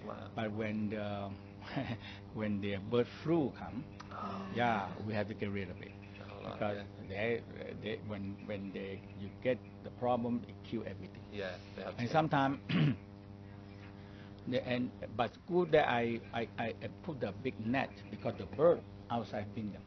[SPEAKER 3] Wow.
[SPEAKER 2] But when the <laughs> when the bird flu come,
[SPEAKER 3] Oh,
[SPEAKER 2] yeah, we have to get rid of it
[SPEAKER 3] a lot,
[SPEAKER 2] because
[SPEAKER 3] yeah.
[SPEAKER 2] they, they when when they you get the problem, it kill everything.
[SPEAKER 3] Yeah. They have to
[SPEAKER 2] And
[SPEAKER 3] be-
[SPEAKER 2] sometimes, <clears throat> the, and but good that I, I, I I put a big net because the bird outside bring them.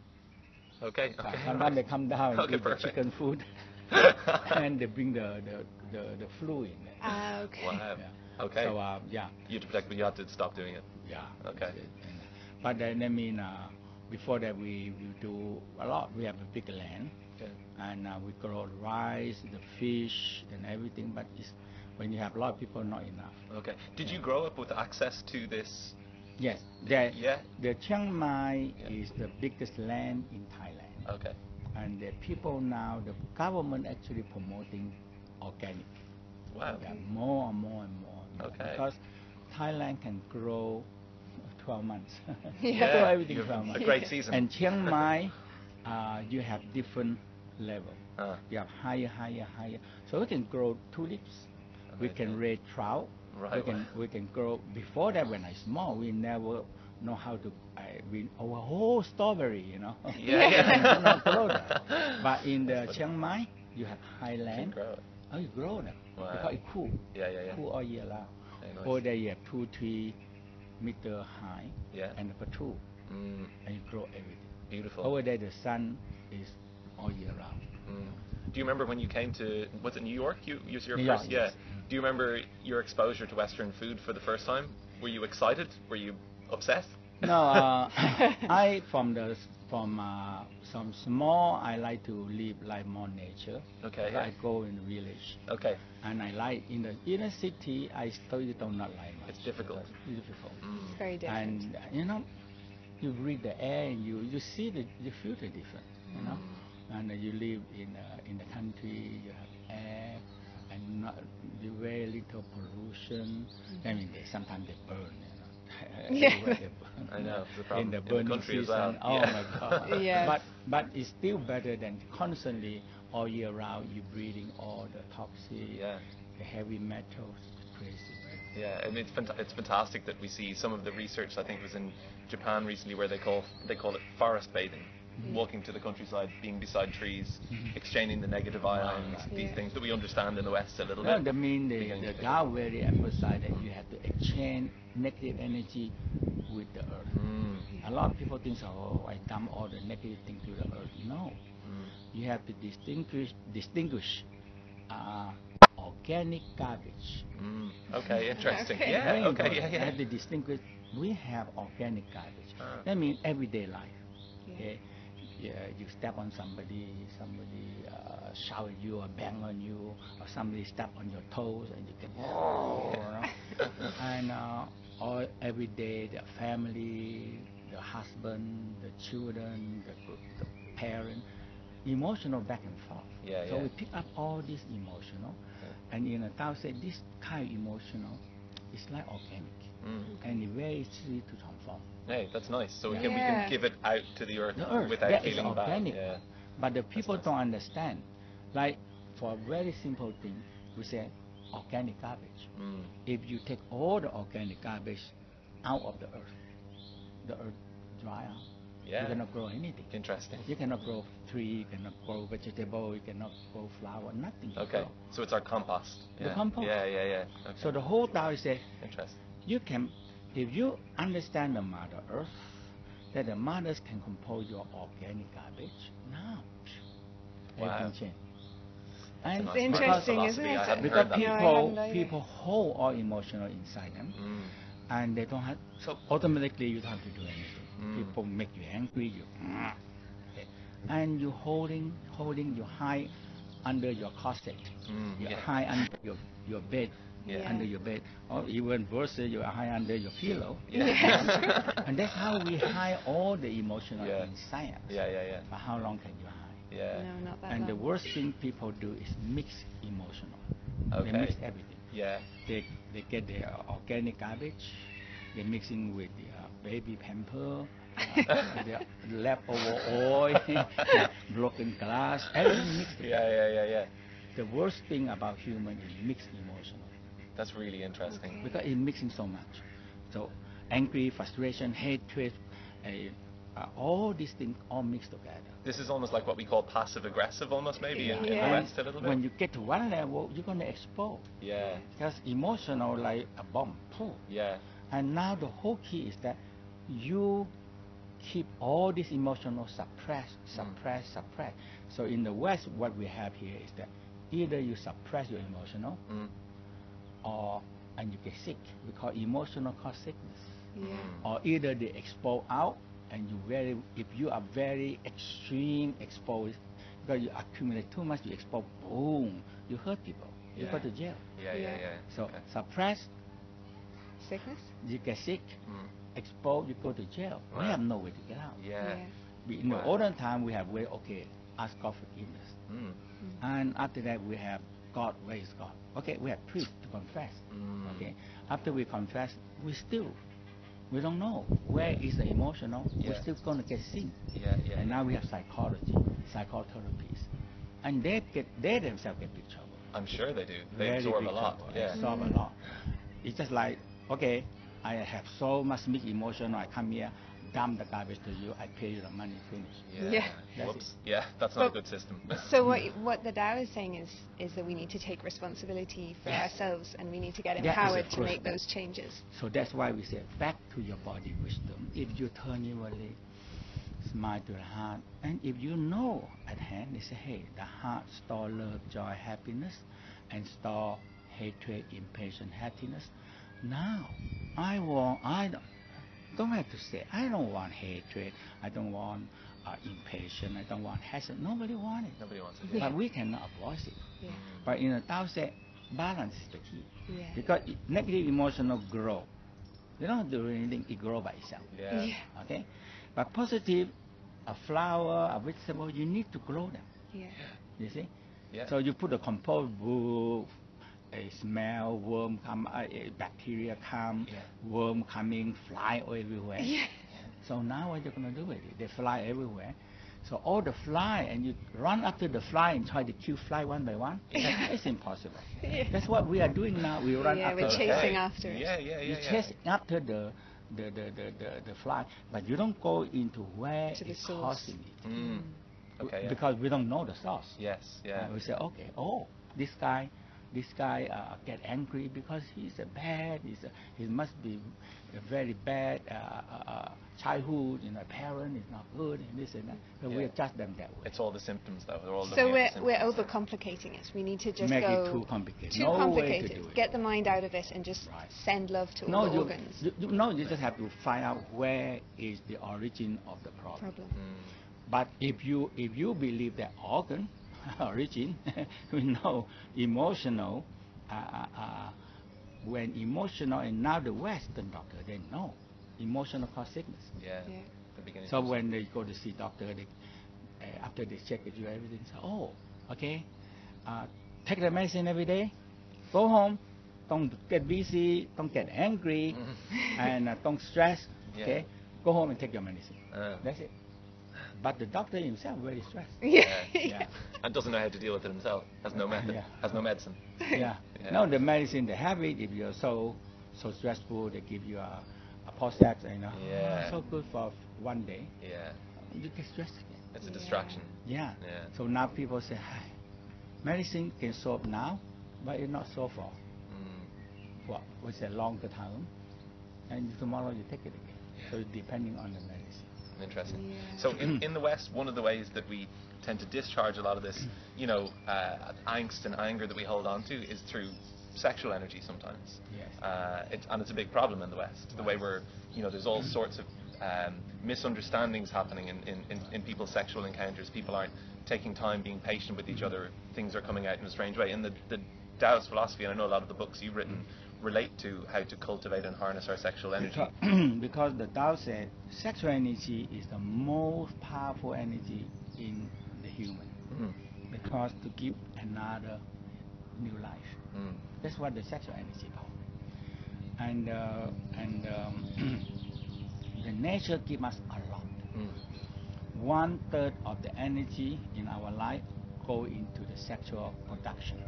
[SPEAKER 3] Okay.
[SPEAKER 2] Uh,
[SPEAKER 3] Okay.
[SPEAKER 2] Sometimes they come down and
[SPEAKER 3] Okay,
[SPEAKER 2] eat the
[SPEAKER 3] perfect.
[SPEAKER 2] chicken
[SPEAKER 3] <laughs>
[SPEAKER 2] food, <laughs>
[SPEAKER 3] come.
[SPEAKER 2] and they bring the the, the, the flu in. There.
[SPEAKER 4] Uh,
[SPEAKER 1] Ah, okay.
[SPEAKER 3] wow.
[SPEAKER 2] Yeah.
[SPEAKER 3] Okay.
[SPEAKER 2] So uh, yeah,
[SPEAKER 3] you have to protect, but you have to stop doing it.
[SPEAKER 2] yeah.
[SPEAKER 3] Okay.
[SPEAKER 2] that's it. And, uh, but then I mean, uh, before that we, we do a lot. We have a big land.
[SPEAKER 3] Okay.
[SPEAKER 2] and uh, we grow rice, the fish, and everything. But it's, when you have a lot of people, not enough.
[SPEAKER 3] Okay. Did you grow up with access to this?
[SPEAKER 2] Yes, the,
[SPEAKER 3] Yeah.
[SPEAKER 2] the Chiang Mai
[SPEAKER 3] Yeah.
[SPEAKER 2] is the biggest land in Thailand,
[SPEAKER 3] Okay.
[SPEAKER 2] and the people now, the government actually promoting organic.
[SPEAKER 3] Wow.
[SPEAKER 2] Yeah, more and more and more. and more.
[SPEAKER 3] Okay.
[SPEAKER 2] Because Thailand can grow 12 months. <laughs>
[SPEAKER 3] <laughs>
[SPEAKER 1] Yeah.
[SPEAKER 2] grow everything
[SPEAKER 3] you
[SPEAKER 2] 12 <laughs>
[SPEAKER 3] a
[SPEAKER 2] months.
[SPEAKER 3] great season.
[SPEAKER 2] And
[SPEAKER 3] <laughs>
[SPEAKER 2] Chiang Mai, <laughs> uh, you have different level.
[SPEAKER 3] Ah,
[SPEAKER 2] You have higher, higher, higher. So we can grow tulips. We can
[SPEAKER 3] Amazing.
[SPEAKER 2] raise trout. We
[SPEAKER 3] Right.
[SPEAKER 2] can we can grow. Before that, when I small, we never know how to. I, we our whole strawberry, you know.
[SPEAKER 3] Yeah,
[SPEAKER 2] <laughs>
[SPEAKER 3] yeah.
[SPEAKER 2] We cannot grow that.
[SPEAKER 3] <laughs>
[SPEAKER 2] But in the
[SPEAKER 3] That's what-
[SPEAKER 2] Chiang Mai, you have high
[SPEAKER 3] you can
[SPEAKER 2] land.
[SPEAKER 3] grow it.
[SPEAKER 2] Oh, you grow them
[SPEAKER 3] Wow.
[SPEAKER 2] because it's cool.
[SPEAKER 3] Yeah, yeah, yeah.
[SPEAKER 2] Cool all year long.
[SPEAKER 3] Very nice.
[SPEAKER 2] All day you have two, three meter high
[SPEAKER 3] Yeah.
[SPEAKER 2] and a two,
[SPEAKER 3] Mm,
[SPEAKER 2] and you grow everything.
[SPEAKER 3] beautiful.
[SPEAKER 2] Over there, the sun is all year round.
[SPEAKER 3] Mm. Do you remember when you came to was it New York? You you was your
[SPEAKER 2] New York,
[SPEAKER 3] first
[SPEAKER 2] yes.
[SPEAKER 3] yeah. Do you remember your exposure to Western food for the first
[SPEAKER 2] <laughs>
[SPEAKER 3] time? Were you excited? Were you upset?
[SPEAKER 2] No, uh, I from the from uh, some small, I like to live like more nature.
[SPEAKER 3] Okay,
[SPEAKER 2] I
[SPEAKER 3] yeah.
[SPEAKER 2] go in the village,
[SPEAKER 3] Okay.
[SPEAKER 2] and I like in the inner city. I still don't not like much.
[SPEAKER 3] It's difficult.
[SPEAKER 2] because It's difficult.
[SPEAKER 3] Mm.
[SPEAKER 4] very different.
[SPEAKER 2] And uh, you know, you breathe the air, and you you see the you feel the difference. You know,
[SPEAKER 4] Mm.
[SPEAKER 2] and uh, you live in uh, in the country, you have air, and not you very little pollution.
[SPEAKER 4] Mm.
[SPEAKER 2] I mean, they sometimes they burn. You know.
[SPEAKER 4] <laughs>
[SPEAKER 2] <laughs>
[SPEAKER 4] Yeah.
[SPEAKER 2] Everywhere they burn.
[SPEAKER 3] I know, it's a problem.
[SPEAKER 2] In the
[SPEAKER 3] In the
[SPEAKER 2] burning
[SPEAKER 3] country as
[SPEAKER 2] season,
[SPEAKER 3] well.
[SPEAKER 2] oh
[SPEAKER 3] Yeah.
[SPEAKER 2] my
[SPEAKER 3] <laughs>
[SPEAKER 2] God!
[SPEAKER 4] Yes.
[SPEAKER 2] But but it's still better than constantly all year round you breathing all the toxic,
[SPEAKER 3] Yeah.
[SPEAKER 2] the heavy metals, crazy. man.
[SPEAKER 3] Yeah, I mean, it's, fant- it's fantastic that we see some of the research. I think it was in Japan recently where they call they call it forest bathing,
[SPEAKER 2] Mm-hmm.
[SPEAKER 3] walking to the countryside, being beside trees, exchanging the negative ions, these
[SPEAKER 4] Yeah.
[SPEAKER 3] things that we understand in the West a little
[SPEAKER 2] No,
[SPEAKER 3] bit.
[SPEAKER 2] Ah, I mean the,
[SPEAKER 3] Beginning
[SPEAKER 2] the
[SPEAKER 3] to-
[SPEAKER 2] Tao very emphasized that you have to exchange negative energy with the earth.
[SPEAKER 3] Mm,
[SPEAKER 2] A lot of people think, oh, I dump all the negative thing to the earth. No,
[SPEAKER 3] mm.
[SPEAKER 2] you have to distinguish distinguish uh, organic garbage.
[SPEAKER 3] Mm. Okay, interesting.
[SPEAKER 4] Okay.
[SPEAKER 3] Yeah,
[SPEAKER 2] Very
[SPEAKER 3] okay, yeah,
[SPEAKER 2] important. You
[SPEAKER 3] yeah.
[SPEAKER 2] have to distinguish. We have organic garbage.
[SPEAKER 3] Ah.
[SPEAKER 2] That means everyday life.
[SPEAKER 4] Yeah.
[SPEAKER 2] Okay? Yeah, you step on somebody, somebody uh, shower you or bang on you, or somebody step on your toes and you can. you know?
[SPEAKER 3] <laughs>
[SPEAKER 2] and uh, all every day, the family, the husband, the children, the, gr- the parent, emotional back and forth.
[SPEAKER 3] Yeah,
[SPEAKER 2] so
[SPEAKER 3] yeah.
[SPEAKER 2] we pick up all this emotional, and in a Tao say this kind of emotional, is like organic,
[SPEAKER 3] Mm.
[SPEAKER 2] and it's very easy to transform.
[SPEAKER 3] Hey, that's nice. So we can, we can
[SPEAKER 4] Yeah.
[SPEAKER 3] give it out to the earth,
[SPEAKER 2] The earth
[SPEAKER 3] without
[SPEAKER 2] that is
[SPEAKER 3] feeling
[SPEAKER 2] organic,
[SPEAKER 3] bad.
[SPEAKER 2] but the people
[SPEAKER 3] nice.
[SPEAKER 2] don't understand. Like for a very simple thing, we say organic garbage.
[SPEAKER 3] Yeah. Mm.
[SPEAKER 2] If you take all the organic garbage out of the earth, the earth dry out.
[SPEAKER 3] Yeah.
[SPEAKER 2] You cannot grow anything.
[SPEAKER 3] Interesting.
[SPEAKER 2] You cannot grow tree, you cannot grow vegetable, you cannot grow flower, nothing. you
[SPEAKER 3] Okay,
[SPEAKER 2] grow.
[SPEAKER 3] so it's our compost.
[SPEAKER 2] The
[SPEAKER 3] yeah.
[SPEAKER 2] compost.
[SPEAKER 3] Yeah, yeah, yeah. Okay.
[SPEAKER 2] So the whole Tao is that
[SPEAKER 3] interesting.
[SPEAKER 2] you can, if you understand the Mother Earth, that the mothers can compose your organic garbage. Now,
[SPEAKER 3] Wow.
[SPEAKER 2] everything change.
[SPEAKER 3] That's
[SPEAKER 2] And
[SPEAKER 3] a
[SPEAKER 4] It's
[SPEAKER 3] nice
[SPEAKER 2] because,
[SPEAKER 4] interesting,
[SPEAKER 3] philosophy.
[SPEAKER 4] isn't it?
[SPEAKER 3] I hadn't
[SPEAKER 2] because
[SPEAKER 3] heard that.
[SPEAKER 4] No, I
[SPEAKER 2] people
[SPEAKER 4] haven't either.
[SPEAKER 2] people hold all emotional inside them,
[SPEAKER 3] Mm.
[SPEAKER 2] and they don't have. So automatically you don't have to do anything.
[SPEAKER 3] Mm.
[SPEAKER 2] People make you angry, you, and you holding holding you hide under your corset,
[SPEAKER 3] Mm,
[SPEAKER 2] you
[SPEAKER 3] yeah.
[SPEAKER 2] hide under your your bed,
[SPEAKER 3] Yeah.
[SPEAKER 2] under your bed, or even worse, you hide under your pillow.
[SPEAKER 3] Yeah.
[SPEAKER 2] And that's how we hide all the emotional
[SPEAKER 3] Yeah.
[SPEAKER 2] inside. us.
[SPEAKER 3] <laughs> yeah, yeah, yeah.
[SPEAKER 2] For how long can you hide?
[SPEAKER 3] Yeah.
[SPEAKER 4] no, not that
[SPEAKER 2] And the
[SPEAKER 4] long.
[SPEAKER 2] worst thing people do is mix emotional.
[SPEAKER 3] Okay.
[SPEAKER 2] They mix everything.
[SPEAKER 3] Yeah.
[SPEAKER 2] They, they get their organic garbage, they mix in with the uh, baby pamper, uh, the leftover oil, <laughs> broken glass, everything mixed.
[SPEAKER 3] Yeah, yeah, yeah, yeah.
[SPEAKER 2] The worst thing about human is mixed emotional
[SPEAKER 3] That's really interesting.
[SPEAKER 2] because it mixing so much. So angry, frustration, hatred, uh, uh, all these things all mixed together.
[SPEAKER 3] This is almost like what we call passive aggressive, almost maybe in, in the
[SPEAKER 4] Yeah.
[SPEAKER 3] West a little bit.
[SPEAKER 2] When you get to one level, you're gonna explode.
[SPEAKER 3] yeah,
[SPEAKER 2] Because emotional like a bomb. Poof.
[SPEAKER 3] yeah,
[SPEAKER 2] And now the whole key is that you keep all this emotional suppressed, suppressed, suppressed. So in the West, what we have here is that either you suppress your emotional,
[SPEAKER 3] mm,
[SPEAKER 2] or and you get sick. We call emotional cause sickness.
[SPEAKER 4] Yeah.
[SPEAKER 3] Mm.
[SPEAKER 2] or either they expose out and you very if you are very extreme exposed because you accumulate too much you expose boom you hurt people you go
[SPEAKER 3] Yeah.
[SPEAKER 2] to jail
[SPEAKER 3] yeah, yeah,
[SPEAKER 4] Yeah.
[SPEAKER 3] yeah.
[SPEAKER 2] so
[SPEAKER 3] okay.
[SPEAKER 2] suppress
[SPEAKER 4] Sickness?
[SPEAKER 2] you get sick
[SPEAKER 3] Mm,
[SPEAKER 2] expose you go to jail we
[SPEAKER 3] Wow.
[SPEAKER 2] have no way to get out
[SPEAKER 3] yeah.
[SPEAKER 2] We- in the
[SPEAKER 3] Wow.
[SPEAKER 2] olden time we have way okay ask God forgiveness
[SPEAKER 3] Mm,
[SPEAKER 2] and after that we have God where is God okay we have priest to confess
[SPEAKER 3] Mm.
[SPEAKER 2] okay after we confess we still we don't know where is the emotional we're
[SPEAKER 3] Yeah.
[SPEAKER 2] still gonna get sick
[SPEAKER 3] yeah, yeah.
[SPEAKER 2] And now we have psychology, psychotherapies. And they get they themselves get big trouble.
[SPEAKER 3] I'm sure they do. They
[SPEAKER 2] Very
[SPEAKER 3] absorb
[SPEAKER 2] big
[SPEAKER 3] a lot.
[SPEAKER 2] trouble.
[SPEAKER 3] Yeah. Mm.
[SPEAKER 2] Absorb a lot. It's just like, okay, I have so much big emotion, I come here, dump the garbage to you, I pay you the money, finish.
[SPEAKER 3] Yeah.
[SPEAKER 4] Yeah.
[SPEAKER 2] That's
[SPEAKER 3] Whoops. Yeah, that's not a
[SPEAKER 4] But-
[SPEAKER 3] good system.
[SPEAKER 4] So what what the Tao is saying is is that we need to take responsibility for ourselves and we need to get
[SPEAKER 2] That is a
[SPEAKER 4] empowered to
[SPEAKER 2] first
[SPEAKER 4] make
[SPEAKER 2] step.
[SPEAKER 4] those changes.
[SPEAKER 2] So that's why we say back to your body wisdom. If you turn your leg, smile to the heart, and if you know at hand, they say, hey, the heart store love, joy, happiness, and store hatred, impatience, happiness. Now, I want, I don't, don't have to say, I don't want hatred, I don't want are impatient. I don't want hazard. Nobody wants it.
[SPEAKER 3] <laughs> Nobody wants it.
[SPEAKER 1] Yeah.
[SPEAKER 2] But we cannot avoid it.
[SPEAKER 4] Yeah.
[SPEAKER 2] But in a Tao say, balance is the key.
[SPEAKER 4] Yeah.
[SPEAKER 2] Because i- negative emotional grow. You don't do anything, it grow by itself.
[SPEAKER 3] Yeah.
[SPEAKER 4] Yeah.
[SPEAKER 2] Okay? But positive, a flower, a vegetable, you need to grow them.
[SPEAKER 4] Yeah.
[SPEAKER 2] You see?
[SPEAKER 3] Yeah.
[SPEAKER 2] So you put a compost book, a smell, worm come, uh, a bacteria come,
[SPEAKER 3] Yeah.
[SPEAKER 2] worm coming, fly everywhere.
[SPEAKER 4] Yeah.
[SPEAKER 2] So now what you're going to do with it? They fly everywhere. So all the fly, and you run after the fly and try to kill fly one by one.
[SPEAKER 3] Yeah.
[SPEAKER 2] It's impossible.
[SPEAKER 4] <laughs> Yeah.
[SPEAKER 2] That's what we are doing now. We run
[SPEAKER 4] Yeah,
[SPEAKER 2] after
[SPEAKER 4] we're
[SPEAKER 2] the
[SPEAKER 3] Okay.
[SPEAKER 2] fly.
[SPEAKER 4] chasing after it.
[SPEAKER 3] Yeah, yeah, yeah.
[SPEAKER 2] You
[SPEAKER 3] yeah.
[SPEAKER 2] chase after the the, the, the, the the fly, but you don't go into where
[SPEAKER 4] To the
[SPEAKER 2] it's
[SPEAKER 4] source.
[SPEAKER 2] causing it.
[SPEAKER 3] Mm. Okay. yeah.
[SPEAKER 2] Because we don't know the source.
[SPEAKER 3] Yes.
[SPEAKER 2] Uh,
[SPEAKER 3] Yeah.
[SPEAKER 2] we say, okay, oh, this guy, this guy uh, get angry because he's a bad, he's a, he must be a very bad uh, uh, uh, childhood, you know, parent is not good, and this and that. But we
[SPEAKER 3] Yeah.
[SPEAKER 2] adjust them that way.
[SPEAKER 3] It's all the symptoms though. They're all
[SPEAKER 4] So
[SPEAKER 3] looking
[SPEAKER 4] we're,
[SPEAKER 3] at the
[SPEAKER 4] we're
[SPEAKER 3] symptoms.
[SPEAKER 4] overcomplicating it. We need to just
[SPEAKER 2] Make
[SPEAKER 4] go
[SPEAKER 2] it too complicated.
[SPEAKER 4] too
[SPEAKER 2] no
[SPEAKER 4] complicated.
[SPEAKER 2] way to do it.
[SPEAKER 4] Get the mind out of it and just
[SPEAKER 2] Right.
[SPEAKER 4] send love to
[SPEAKER 2] no,
[SPEAKER 4] all the
[SPEAKER 2] you,
[SPEAKER 4] organs.
[SPEAKER 2] you- you- no, you just have to find out where is the origin of the problem.
[SPEAKER 4] Problem.
[SPEAKER 3] Mm.
[SPEAKER 2] But if you if you believe that organ <laughs> origin, <laughs> we know emotional. Uh, uh, uh, when emotional and now the Western doctor, they know emotional cause sickness.
[SPEAKER 3] Yeah.
[SPEAKER 4] Yeah.
[SPEAKER 3] The beginning.
[SPEAKER 2] So
[SPEAKER 3] of-
[SPEAKER 2] when they go to see doctor, they, uh, after they check with you everything, say, oh, okay, uh, take the medicine every day, go home, don't get busy, don't get angry, and uh, don't stress.
[SPEAKER 3] Mm-hmm. Yeah.
[SPEAKER 2] Okay, go home and take your medicine.
[SPEAKER 3] Ah.
[SPEAKER 2] That's it. But the doctor himself very stressed.
[SPEAKER 4] Yeah. <laughs>
[SPEAKER 2] Yeah.
[SPEAKER 3] and doesn't know how to deal with it himself. Has no method.
[SPEAKER 2] Yeah.
[SPEAKER 3] Has no medicine.
[SPEAKER 2] yeah.
[SPEAKER 3] Yeah.
[SPEAKER 2] No, the medicine they have it. If you're so so stressful, they give you a, a Prozac, you know.
[SPEAKER 3] Yeah.
[SPEAKER 2] So good for one day.
[SPEAKER 3] Yeah.
[SPEAKER 2] You get stressed again.
[SPEAKER 3] It's a
[SPEAKER 4] Yeah.
[SPEAKER 3] distraction.
[SPEAKER 2] Yeah.
[SPEAKER 3] Yeah.
[SPEAKER 2] So now people say, "Hi, medicine can solve now, but it's not solve for
[SPEAKER 3] Mm.
[SPEAKER 2] for what's a longer time, and tomorrow you take it again. So it's depending on the medicine.
[SPEAKER 3] Interesting.
[SPEAKER 4] Yeah.
[SPEAKER 3] So in, in the West, one of the ways that we tend to discharge a lot of this, you know, uh, angst and anger that we hold on to is through sexual energy sometimes.
[SPEAKER 2] Yes.
[SPEAKER 3] Uh, it, and it's a big problem in the West. The way we're, you know, there's all sorts of um, misunderstandings happening in, in, in, in people's sexual encounters. People aren't taking time, being patient with each other. Things are coming out in a strange way. And the, the Taoist philosophy, and I know a lot of the books you've written, relate to how to cultivate and harness our sexual energy.
[SPEAKER 2] Because, <clears throat> because the Tao said sexual energy is the most powerful energy in the human
[SPEAKER 3] Mm.
[SPEAKER 2] because to give another new life.
[SPEAKER 3] Mm.
[SPEAKER 2] That's what the sexual energy power. And uh, and um, <clears throat> the nature gives us a lot.
[SPEAKER 3] Mm.
[SPEAKER 2] One third of the energy in our life go into the sexual production.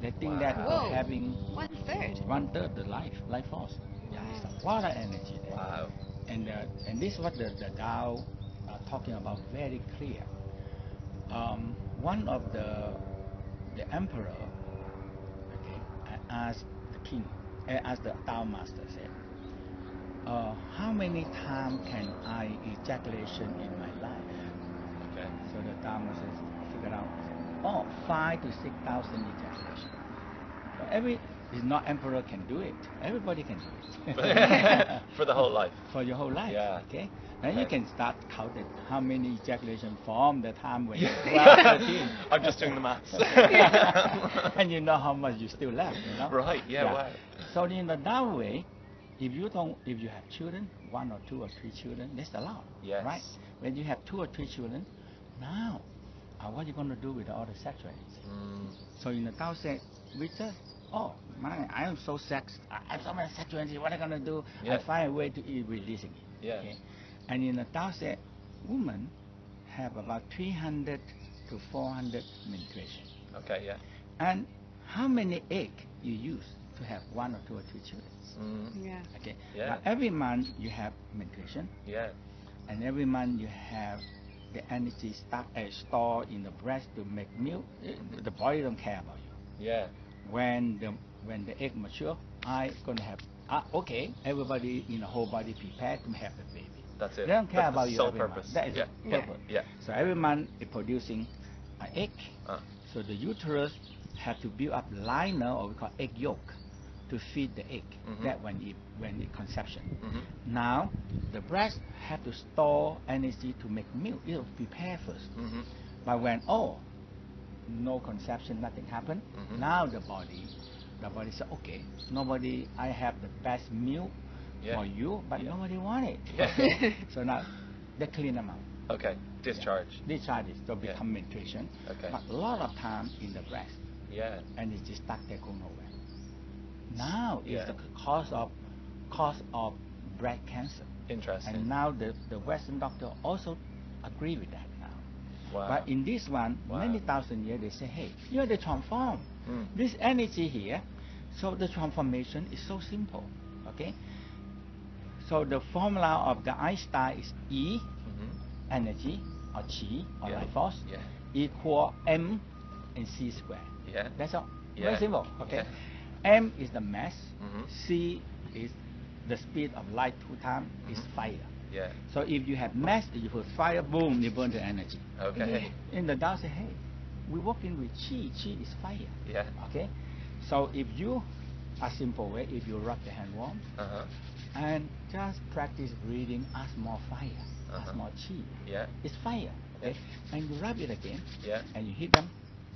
[SPEAKER 2] They think that
[SPEAKER 3] Wow.
[SPEAKER 2] we're having
[SPEAKER 4] One third.
[SPEAKER 2] one third the life, life force. Yeah, it's a lot of energy there.
[SPEAKER 3] Wow.
[SPEAKER 2] And, uh, and this is what the, the Tao are talking about very clear. Um, one of the, the emperor okay, a- asked the king, uh, asked the Tao master, said, uh, how many times can I ejaculation in my life?
[SPEAKER 3] Okay.
[SPEAKER 2] So the Tao master says, figured out, oh, five to six thousand ejaculation. So every, it's not emperor can do it. Everybody can do <laughs>
[SPEAKER 3] <laughs>
[SPEAKER 2] it.
[SPEAKER 3] for the whole life.
[SPEAKER 2] for your whole life.
[SPEAKER 3] Yeah.
[SPEAKER 2] Okay. Then you
[SPEAKER 3] Okay.
[SPEAKER 2] can start counting how many ejaculation from the time
[SPEAKER 3] <laughs>
[SPEAKER 2] when you
[SPEAKER 3] Yeah.
[SPEAKER 2] were 13.
[SPEAKER 3] I'm just doing the maths.
[SPEAKER 2] and you know how much you still left. You know?
[SPEAKER 3] Right, yeah, wow.
[SPEAKER 2] So in the, that way, if you don't, if you have children, one or two or three children, that's allowed.
[SPEAKER 3] Yes.
[SPEAKER 2] Right. When you have two or three children, now, uh, what are you going to do with all the sexual energy?
[SPEAKER 3] <laughs> Mm,
[SPEAKER 2] So in the Tao said, we just, oh, man, I am so sex, I I have so much sexual energy, what am I going to do?
[SPEAKER 3] Yeah.
[SPEAKER 2] I find a way to e- releasing it.
[SPEAKER 3] Yeah.
[SPEAKER 2] And in the Tao said, women have about 300 to 400 menstruation.
[SPEAKER 3] okay, yeah.
[SPEAKER 2] And how many egg you use to have one or two or three children?
[SPEAKER 3] Mm,
[SPEAKER 4] Yeah.
[SPEAKER 2] Okay.
[SPEAKER 3] Yeah.
[SPEAKER 2] Now every month you have menstruation,
[SPEAKER 3] yeah.
[SPEAKER 2] and every month you have the energy stuck, uh, stored in the breast to make milk. Uh, The body don't care about you
[SPEAKER 3] Yeah.
[SPEAKER 2] when the when the egg mature, I gonna have ah okay. Everybody in the whole body prepared to have a baby.
[SPEAKER 3] That's it.
[SPEAKER 2] They don't care
[SPEAKER 3] That's the
[SPEAKER 2] about you.
[SPEAKER 3] sole
[SPEAKER 2] every month.
[SPEAKER 3] purpose.
[SPEAKER 2] That is
[SPEAKER 3] Yeah.
[SPEAKER 2] the
[SPEAKER 4] Yeah.
[SPEAKER 2] purpose.
[SPEAKER 3] Yeah.
[SPEAKER 2] So every month it producing an egg.
[SPEAKER 3] Ah.
[SPEAKER 2] So the uterus have to build up liner or we call egg yolk to feed the egg.
[SPEAKER 3] Mhm.
[SPEAKER 2] That when it when it conception.
[SPEAKER 3] Mhm.
[SPEAKER 2] Now the breast have to store energy to make milk. It'll prepare 1st
[SPEAKER 3] Mhm.
[SPEAKER 2] But when oh, no conception, nothing happened.
[SPEAKER 3] Mhm.
[SPEAKER 2] Now the body, the body said, okay, nobody. I have the best milk
[SPEAKER 3] Yeah.
[SPEAKER 2] for you, but
[SPEAKER 3] Yeah.
[SPEAKER 2] nobody want it.
[SPEAKER 3] Yeah.
[SPEAKER 2] <laughs> so now they clean them out.
[SPEAKER 3] Okay. Discharge.
[SPEAKER 2] These charges will
[SPEAKER 3] Yeah.
[SPEAKER 2] become menstruation.
[SPEAKER 3] Okay.
[SPEAKER 2] But a lot of time in the breast,
[SPEAKER 3] Yeah.
[SPEAKER 2] and it just stuck there go nowhere. Now
[SPEAKER 3] Yeah.
[SPEAKER 2] is the cause of cause of breast cancer.
[SPEAKER 3] Interesting.
[SPEAKER 2] And now the, the Western doctor also agree with that now.
[SPEAKER 3] Wow.
[SPEAKER 2] But in this one,
[SPEAKER 3] Wow.
[SPEAKER 2] many thousand years, they say, hey, you're the transform.
[SPEAKER 3] Mm.
[SPEAKER 2] This energy here, so the transformation is so simple, okay? So the formula of the Einstein is E,
[SPEAKER 3] Mhm.
[SPEAKER 2] energy, or Qi, or
[SPEAKER 3] Yeah.
[SPEAKER 2] life force,
[SPEAKER 3] Yeah.
[SPEAKER 2] equal M and C squared.
[SPEAKER 3] Yeah.
[SPEAKER 2] That's all.
[SPEAKER 3] Yeah.
[SPEAKER 2] Very simple, okay?
[SPEAKER 3] Yeah.
[SPEAKER 2] M is the mass,
[SPEAKER 3] Mhm.
[SPEAKER 2] C is the speed of light two times, is
[SPEAKER 3] Mhm.
[SPEAKER 2] fire.
[SPEAKER 3] Yeah.
[SPEAKER 2] So if you have mass, you put fire, boom, you burn the energy.
[SPEAKER 3] Okay.
[SPEAKER 2] And the Tao say, hey, we working with chi, chi is fire.
[SPEAKER 3] <laughs> Yeah.
[SPEAKER 2] Okay? So if you, a simple way, if you rub the hand warm
[SPEAKER 3] Uh huh.
[SPEAKER 2] and just practice breathing, ask more fire,
[SPEAKER 3] Uh-huh.
[SPEAKER 2] ask more chi.
[SPEAKER 3] Yeah.
[SPEAKER 2] It's fire. Okay? And you rub it again
[SPEAKER 3] Yeah.
[SPEAKER 2] and you hit them.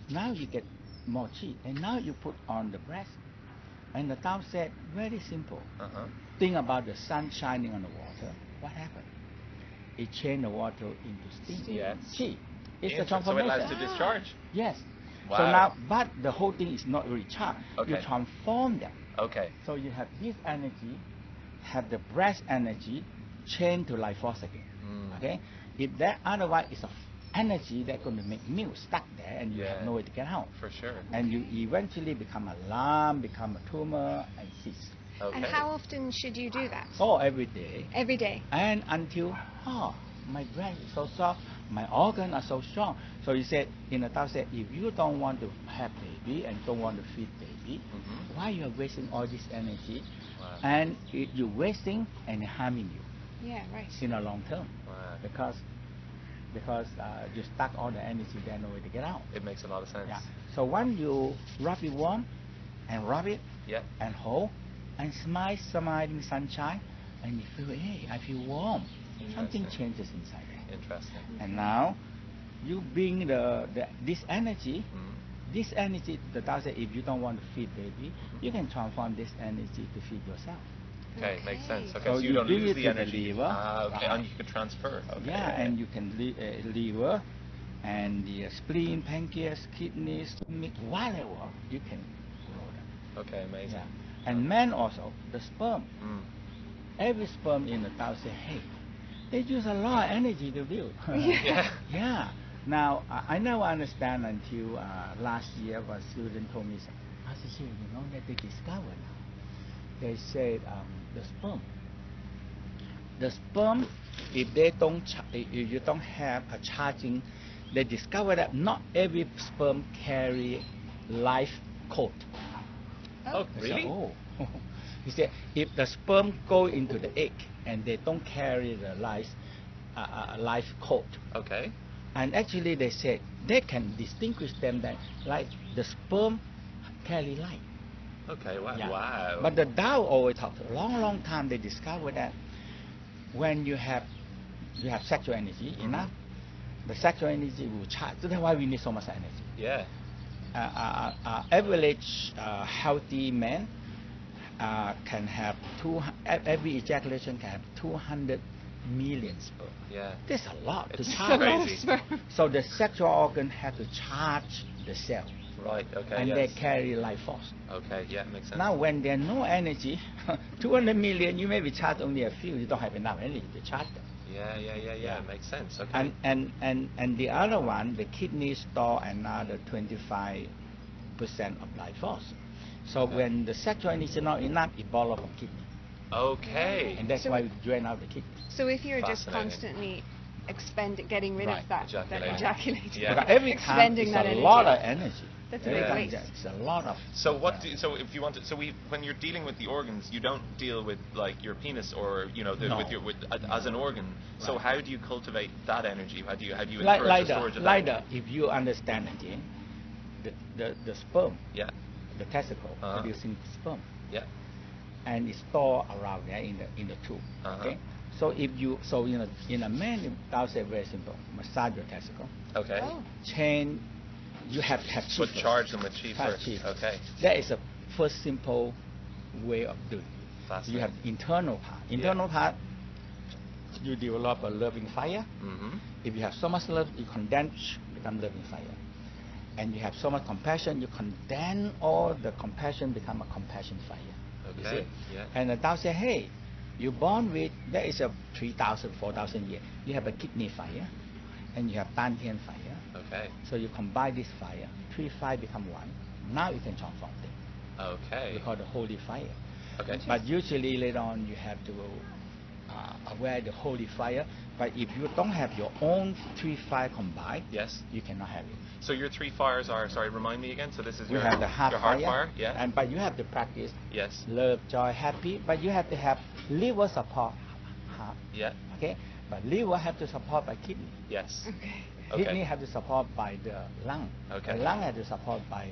[SPEAKER 2] Now you get more chi. And now you put on the breast. And the Tao said, very simple.
[SPEAKER 3] Uh huh.
[SPEAKER 2] Think about the sun shining on the water. What happened? It changed the water into steam.
[SPEAKER 3] Yes.
[SPEAKER 2] Qi. It's a
[SPEAKER 3] Inter- So it
[SPEAKER 2] transformation.
[SPEAKER 3] allows to discharge.
[SPEAKER 2] Yes. So
[SPEAKER 3] Wow.
[SPEAKER 2] now, but the whole thing is not really charged. You
[SPEAKER 3] Okay.
[SPEAKER 2] transform them.
[SPEAKER 3] Okay.
[SPEAKER 2] So you have this energy, have the breast energy, change to life force again.
[SPEAKER 3] Mm.
[SPEAKER 2] Okay. If that otherwise is of energy that going to make milk stuck there and you
[SPEAKER 3] Yeah.
[SPEAKER 2] have no way to get out.
[SPEAKER 3] For sure.
[SPEAKER 2] And you eventually become a lump, become a tumor, and cyst.
[SPEAKER 3] Okay.
[SPEAKER 4] And how often should you do that?
[SPEAKER 2] Oh, every day.
[SPEAKER 4] Every day.
[SPEAKER 2] and until oh my breast is so soft my organs are so strong so he said in the Tao said if you don't want to have baby and don't want to feed baby
[SPEAKER 3] Mhm.
[SPEAKER 2] why you are wasting all this energy
[SPEAKER 3] Wow.
[SPEAKER 2] and it, you're wasting and harming you
[SPEAKER 4] Yeah, right.
[SPEAKER 2] in the long term
[SPEAKER 3] Wow.
[SPEAKER 2] because because uh, you stuck all the energy there no way to get out
[SPEAKER 3] It makes a lot of sense.
[SPEAKER 2] yeah. so when you rub it warm and rub it
[SPEAKER 3] Yeah.
[SPEAKER 2] and hold and smile smiling sunshine and you feel hey I feel warm something
[SPEAKER 3] Interesting.
[SPEAKER 2] changes inside there.
[SPEAKER 3] Interesting.
[SPEAKER 2] and now you bring the, the this energy
[SPEAKER 3] Mm.
[SPEAKER 2] this energy the Tao said if you don't want to feed baby you can transform this energy to feed yourself
[SPEAKER 3] Okay, makes sense. Okay,
[SPEAKER 2] So
[SPEAKER 3] so, you,
[SPEAKER 2] you
[SPEAKER 3] don't
[SPEAKER 2] bring
[SPEAKER 3] lose
[SPEAKER 2] it
[SPEAKER 3] the
[SPEAKER 2] to the
[SPEAKER 3] energy.
[SPEAKER 2] liver.
[SPEAKER 3] Ah, okay,
[SPEAKER 2] Right.
[SPEAKER 3] and you can transfer. Okay.
[SPEAKER 2] yeah and you can li- uh, liver and the uh, spleen pancreas kidneys stomach whatever you can grow them
[SPEAKER 3] Okay, amazing.
[SPEAKER 2] Yeah. and men also the sperm
[SPEAKER 3] Mm.
[SPEAKER 2] every sperm in the Tao say, hey, they use a lot of energy to build.
[SPEAKER 3] Yeah.
[SPEAKER 2] yeah. Now, I, I never understand until uh, last year a student told me, I said, here, you know that they discovered now. They said um, the sperm. The sperm, if they don't, cha- i- if you don't have a charging, they discover that not every sperm carry life coat.
[SPEAKER 3] Oh,
[SPEAKER 2] I said,
[SPEAKER 3] really?
[SPEAKER 2] oh. <laughs> he said, if the sperm go into the egg and they don't carry the life, uh, uh, life coat,
[SPEAKER 3] Okay.
[SPEAKER 2] and actually they said they can distinguish them that like the sperm carry life.
[SPEAKER 3] Okay. Wow.
[SPEAKER 2] Yeah.
[SPEAKER 3] Wow.
[SPEAKER 2] But the Tao always talked a long, long time. They discovered that when you have you have sexual energy enough, the sexual energy will charge. So that's why we need so much energy
[SPEAKER 3] yeah.
[SPEAKER 2] uh, uh, uh, average uh, healthy man uh, can have two hu- ev- every ejaculation can have 200 million sperm.
[SPEAKER 3] Yeah.
[SPEAKER 2] That's a lot
[SPEAKER 3] It's
[SPEAKER 2] to charge.
[SPEAKER 3] crazy.
[SPEAKER 2] So the sexual organ has to charge the cell,
[SPEAKER 3] Right. Okay.
[SPEAKER 2] and
[SPEAKER 3] yes.
[SPEAKER 2] they carry life force.
[SPEAKER 3] Okay. Yeah. Makes sense.
[SPEAKER 2] Now, when there's no energy, <laughs> 200 million, you maybe charge only a few. You don't have enough energy to charge them.
[SPEAKER 3] Yeah. Yeah. Yeah. Yeah.
[SPEAKER 2] Yeah.
[SPEAKER 3] Makes sense. Okay.
[SPEAKER 2] And, and, and, and the other one, the kidney store another 25% of life force. So
[SPEAKER 3] Okay.
[SPEAKER 2] when the sexual energy is not enough, it ball up on kidney.
[SPEAKER 3] okay.
[SPEAKER 2] And that's
[SPEAKER 4] So-
[SPEAKER 2] why we drain out the kidney.
[SPEAKER 4] So if you're just
[SPEAKER 3] Fascinating.
[SPEAKER 4] constantly expending, getting rid
[SPEAKER 2] Right,
[SPEAKER 4] of that,
[SPEAKER 3] ejaculating.
[SPEAKER 4] that ejaculating,
[SPEAKER 3] Yeah.
[SPEAKER 2] Because every time,
[SPEAKER 4] expending
[SPEAKER 2] it's
[SPEAKER 4] that
[SPEAKER 2] a
[SPEAKER 4] energy.
[SPEAKER 2] lot of energy.
[SPEAKER 4] That's
[SPEAKER 3] a
[SPEAKER 2] Every
[SPEAKER 3] big
[SPEAKER 2] time
[SPEAKER 4] waste.
[SPEAKER 2] there's a lot of...
[SPEAKER 3] So what?
[SPEAKER 2] uh,
[SPEAKER 3] Do, so if you want to, so we when you're dealing with the organs, you don't deal with like your penis or you know the,
[SPEAKER 2] No.
[SPEAKER 3] with your with, as an organ. So
[SPEAKER 2] Right.
[SPEAKER 3] how do you cultivate that energy? How do you how do you
[SPEAKER 2] Like,
[SPEAKER 3] encourage
[SPEAKER 2] like,
[SPEAKER 3] the
[SPEAKER 2] the,
[SPEAKER 3] storage of
[SPEAKER 2] like
[SPEAKER 3] that?
[SPEAKER 2] the- if you understand again, the, the, the sperm,
[SPEAKER 3] Yeah.
[SPEAKER 2] the testicle
[SPEAKER 3] Uh-huh.
[SPEAKER 2] producing sperm.
[SPEAKER 3] Yeah.
[SPEAKER 2] and it's stored around there in the in the tube.
[SPEAKER 3] Uh-huh.
[SPEAKER 2] Okay. So if you so in a in a man, I would say very simple. Massage your testicle.
[SPEAKER 3] Okay.
[SPEAKER 4] Oh.
[SPEAKER 2] Chain. You have to have chi
[SPEAKER 3] But
[SPEAKER 2] first.
[SPEAKER 3] charge them with chi
[SPEAKER 2] Have
[SPEAKER 3] first.
[SPEAKER 2] chi.
[SPEAKER 3] Okay.
[SPEAKER 2] That is a first simple way of doing. it. You
[SPEAKER 3] Fascinating.
[SPEAKER 2] have internal part. Internal part. You develop a loving fire.
[SPEAKER 3] Mm-hmm.
[SPEAKER 2] If you have so much love, you condense, become loving fire. And you have so much compassion, you condense all the compassion, become a compassion fire. You
[SPEAKER 3] Okay,
[SPEAKER 2] see?
[SPEAKER 3] yeah.
[SPEAKER 2] And the Tao say, hey, you're born with, that is a 3,000, 4,000 year. You have a kidney fire, and you have Tan Tian fire.
[SPEAKER 3] Okay.
[SPEAKER 2] So you combine this fire, three fire become one. Now you can transform things. We
[SPEAKER 3] Okay.
[SPEAKER 2] call the holy fire.
[SPEAKER 3] Okay.
[SPEAKER 2] But usually later on you have to uh, aware the holy fire. But if you don't have your own three fire combined,
[SPEAKER 3] Yes.
[SPEAKER 2] you cannot have it.
[SPEAKER 3] So your three fires are sorry, remind me again. So this is
[SPEAKER 2] You
[SPEAKER 3] your
[SPEAKER 2] have the heart,
[SPEAKER 3] your heart
[SPEAKER 2] fire,
[SPEAKER 3] fire. Yeah.
[SPEAKER 2] and but you have to practice
[SPEAKER 3] yes.
[SPEAKER 2] love, joy, happy. But you have to have liver support heart.
[SPEAKER 3] Yeah.
[SPEAKER 2] Okay, but liver have to support by kidney.
[SPEAKER 3] Yes.
[SPEAKER 4] Okay.
[SPEAKER 3] Okay.
[SPEAKER 2] Kidney have to support by the lung.
[SPEAKER 3] Okay.
[SPEAKER 2] The lung have to support by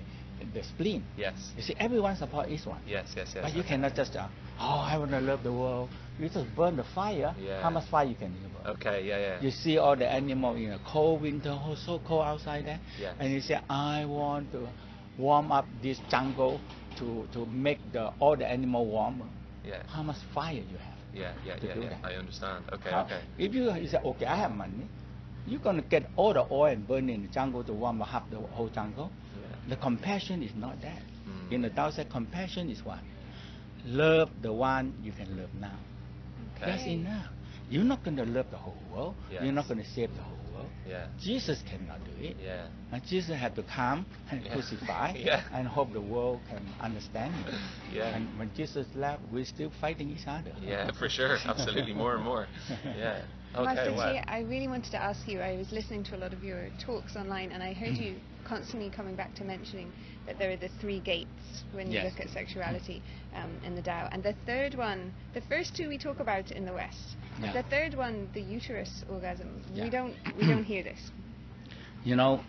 [SPEAKER 2] the spleen.
[SPEAKER 3] Yes.
[SPEAKER 2] You see, everyone support each one.
[SPEAKER 3] Yes, yes, yes.
[SPEAKER 2] But you
[SPEAKER 3] okay.
[SPEAKER 2] cannot just, uh, oh, I want to love the world. You just burn the fire.
[SPEAKER 3] Yeah.
[SPEAKER 2] How much fire you can deliver?
[SPEAKER 3] Okay, yeah, yeah.
[SPEAKER 2] You see all the animal in a cold winter, oh, so cold outside there.
[SPEAKER 3] Yes.
[SPEAKER 2] And you say, I want to warm up this jungle to, to make the, all the animal warmer.
[SPEAKER 3] Yeah.
[SPEAKER 2] How much fire you have?
[SPEAKER 3] Yeah, yeah,
[SPEAKER 2] to
[SPEAKER 3] yeah,
[SPEAKER 2] do
[SPEAKER 3] yeah.
[SPEAKER 2] that.
[SPEAKER 3] I understand. Okay,
[SPEAKER 2] How-
[SPEAKER 3] okay.
[SPEAKER 2] If you, you say, okay, I have money, you're going to get all the oil and burn in the jungle to warm up the whole jungle. The
[SPEAKER 3] Yeah.
[SPEAKER 2] compassion is not that.
[SPEAKER 3] Mm.
[SPEAKER 2] In the Tao said, compassion is what? Love the one you can love now. That's
[SPEAKER 3] Okay.
[SPEAKER 2] enough. You're not going to love the whole world. You're not
[SPEAKER 3] Yes.
[SPEAKER 2] going to save the whole world.
[SPEAKER 3] Yeah.
[SPEAKER 2] Jesus cannot do it.
[SPEAKER 3] Yeah.
[SPEAKER 2] And Jesus had to come and
[SPEAKER 3] Yeah.
[SPEAKER 2] crucify
[SPEAKER 3] <laughs> Yeah.
[SPEAKER 2] and hope the world can understand him.
[SPEAKER 3] Yeah. <laughs>
[SPEAKER 2] And when Jesus left, we're still fighting each other.
[SPEAKER 3] Yeah, for sure. Absolutely. More and
[SPEAKER 2] <laughs>
[SPEAKER 3] more. Yeah. Okay,
[SPEAKER 4] Master
[SPEAKER 3] wow.
[SPEAKER 4] Chi, I really wanted to ask you. I was listening to a lot of your talks online, and I
[SPEAKER 2] Hmm.
[SPEAKER 4] heard you constantly coming back to mentioning that there are the three gates when you
[SPEAKER 2] Yes.
[SPEAKER 4] look at sexuality um, in the Tao. And the third one, the first two we talk about in the West.
[SPEAKER 2] Yeah.
[SPEAKER 4] The third one, the uterus orgasm.
[SPEAKER 2] Yeah. Hmm.
[SPEAKER 4] We don't we don't hear this.
[SPEAKER 2] You know,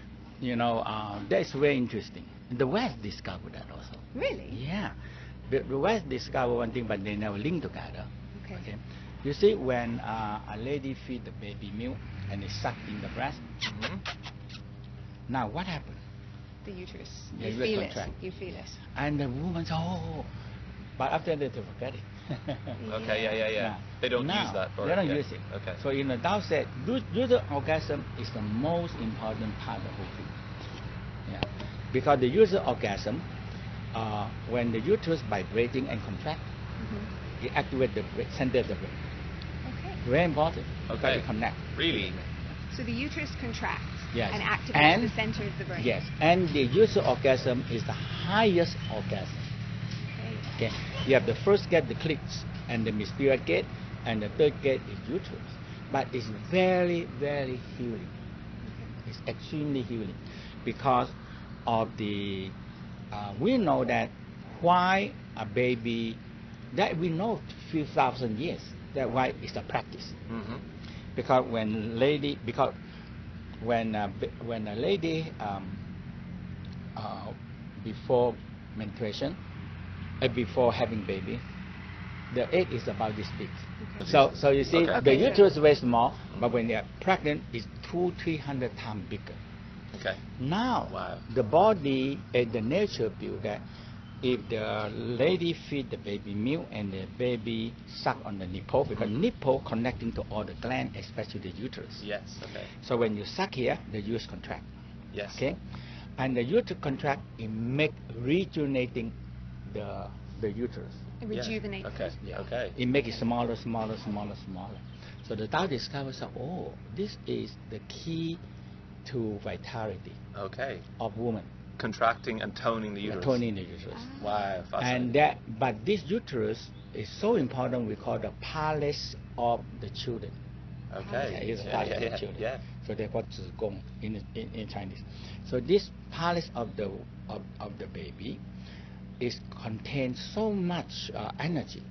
[SPEAKER 2] <clears throat> you know, uh, that's very interesting. The West discovered that also.
[SPEAKER 4] Really?
[SPEAKER 2] Yeah. The, the West discovered one thing, but they never linked together.
[SPEAKER 4] Okay.
[SPEAKER 2] You see, when uh, a lady feed the baby milk and it suck in the breast,
[SPEAKER 3] Mhm.
[SPEAKER 2] now what happened?
[SPEAKER 4] The uterus.
[SPEAKER 2] Yeah,
[SPEAKER 4] you
[SPEAKER 2] you
[SPEAKER 4] feel
[SPEAKER 2] contract.
[SPEAKER 4] it. You feel it.
[SPEAKER 2] And the woman said, oh, but after that they forget it. <laughs>
[SPEAKER 3] Okay, yeah, yeah, yeah.
[SPEAKER 2] Now-
[SPEAKER 3] They don't
[SPEAKER 2] now,
[SPEAKER 3] use that. for
[SPEAKER 2] They don't
[SPEAKER 3] yeah.
[SPEAKER 2] use it.
[SPEAKER 3] Okay.
[SPEAKER 2] So in the Tao said, du- uterine orgasm is the most important part of the whole thing. Yeah. Because the uterine orgasm, uh, when the uterus vibrating and contract,
[SPEAKER 4] hmm
[SPEAKER 2] it activates the brain, center of the brain.
[SPEAKER 4] Okay.
[SPEAKER 2] Very important. Because
[SPEAKER 3] Okay.
[SPEAKER 2] it connect.
[SPEAKER 3] Really?
[SPEAKER 4] So the uterus contracts
[SPEAKER 2] Yes.
[SPEAKER 4] and activates
[SPEAKER 2] And-
[SPEAKER 4] the center of the brain.
[SPEAKER 2] Yes. And the uterine orgasm is the highest orgasm.
[SPEAKER 4] Okay.
[SPEAKER 2] Okay. You have the first gate, the clicks, and the mysterious gate, and the third gate is uterus. But it's very, very healing. It's extremely healing because of the. Uh, we know that why a baby that we know few thousand years. That why it's a practice
[SPEAKER 3] Mhm.
[SPEAKER 2] because when lady because when a, b- when a lady um, uh, before menstruation uh, before having baby the egg is about this big so so you see
[SPEAKER 3] Okay.
[SPEAKER 2] the
[SPEAKER 4] Okay.
[SPEAKER 2] uterus is very small but when you're pregnant it's two three hundred times bigger
[SPEAKER 3] Okay.
[SPEAKER 2] now
[SPEAKER 3] Wow.
[SPEAKER 2] the body and the nature built that if the lady feed the baby milk and the baby suck on the nipple because
[SPEAKER 3] Mm-hmm.
[SPEAKER 2] nipple connecting to all the gland especially the uterus
[SPEAKER 3] Yes. Okay.
[SPEAKER 2] so when you suck here the uterus contract
[SPEAKER 3] Yes.
[SPEAKER 2] okay and the uterus contract it make rejuvenating the the uterus
[SPEAKER 4] It
[SPEAKER 3] Yeah.
[SPEAKER 4] rejuvenates.
[SPEAKER 3] Okay.
[SPEAKER 2] yeah.
[SPEAKER 3] Okay.
[SPEAKER 2] It makes it smaller, smaller, smaller, smaller. So the Tao discovers that oh, this is the key to vitality
[SPEAKER 3] Okay.
[SPEAKER 2] of woman,
[SPEAKER 3] Contracting and toning the uterus.
[SPEAKER 2] toning the uterus.
[SPEAKER 3] Wow. Fascinating.
[SPEAKER 2] And that, but this uterus is so important. We call the palace of the children.
[SPEAKER 3] Okay.
[SPEAKER 2] it's the
[SPEAKER 3] Yeah,
[SPEAKER 2] palace
[SPEAKER 3] yeah,
[SPEAKER 2] of the
[SPEAKER 3] yeah,
[SPEAKER 2] children.
[SPEAKER 3] yeah.
[SPEAKER 2] So they call it gong in, in in Chinese. So this palace of the of, of the baby, is contains so much uh, energy,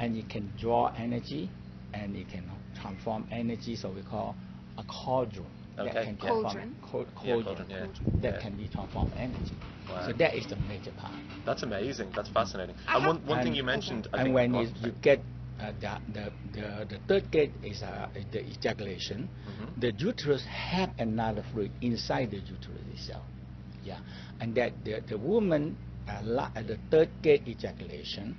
[SPEAKER 2] and it can draw energy, and it can transform energy. So we call a cauldron. that
[SPEAKER 3] Okay,
[SPEAKER 2] can
[SPEAKER 3] yeah.
[SPEAKER 2] come
[SPEAKER 4] Cauldron.
[SPEAKER 2] from cau-
[SPEAKER 3] Yeah,
[SPEAKER 2] cauldron,
[SPEAKER 3] cauldron, yeah.
[SPEAKER 2] that
[SPEAKER 3] Yeah.
[SPEAKER 2] can be transformed energy.
[SPEAKER 3] Wow.
[SPEAKER 2] So that is the major part.
[SPEAKER 3] That's amazing. That's fascinating.
[SPEAKER 4] I
[SPEAKER 3] and
[SPEAKER 4] have-
[SPEAKER 3] one, one thing
[SPEAKER 2] And-
[SPEAKER 3] you mentioned, I
[SPEAKER 2] and
[SPEAKER 3] think,
[SPEAKER 2] when
[SPEAKER 3] oh,
[SPEAKER 2] you, you get uh, the, the, the, the third gate is uh, is the ejaculation,
[SPEAKER 3] Mhm.
[SPEAKER 2] the uterus have another fluid inside the uterus itself. Yeah, and that the, the woman uh, la- uh, the third gate ejaculation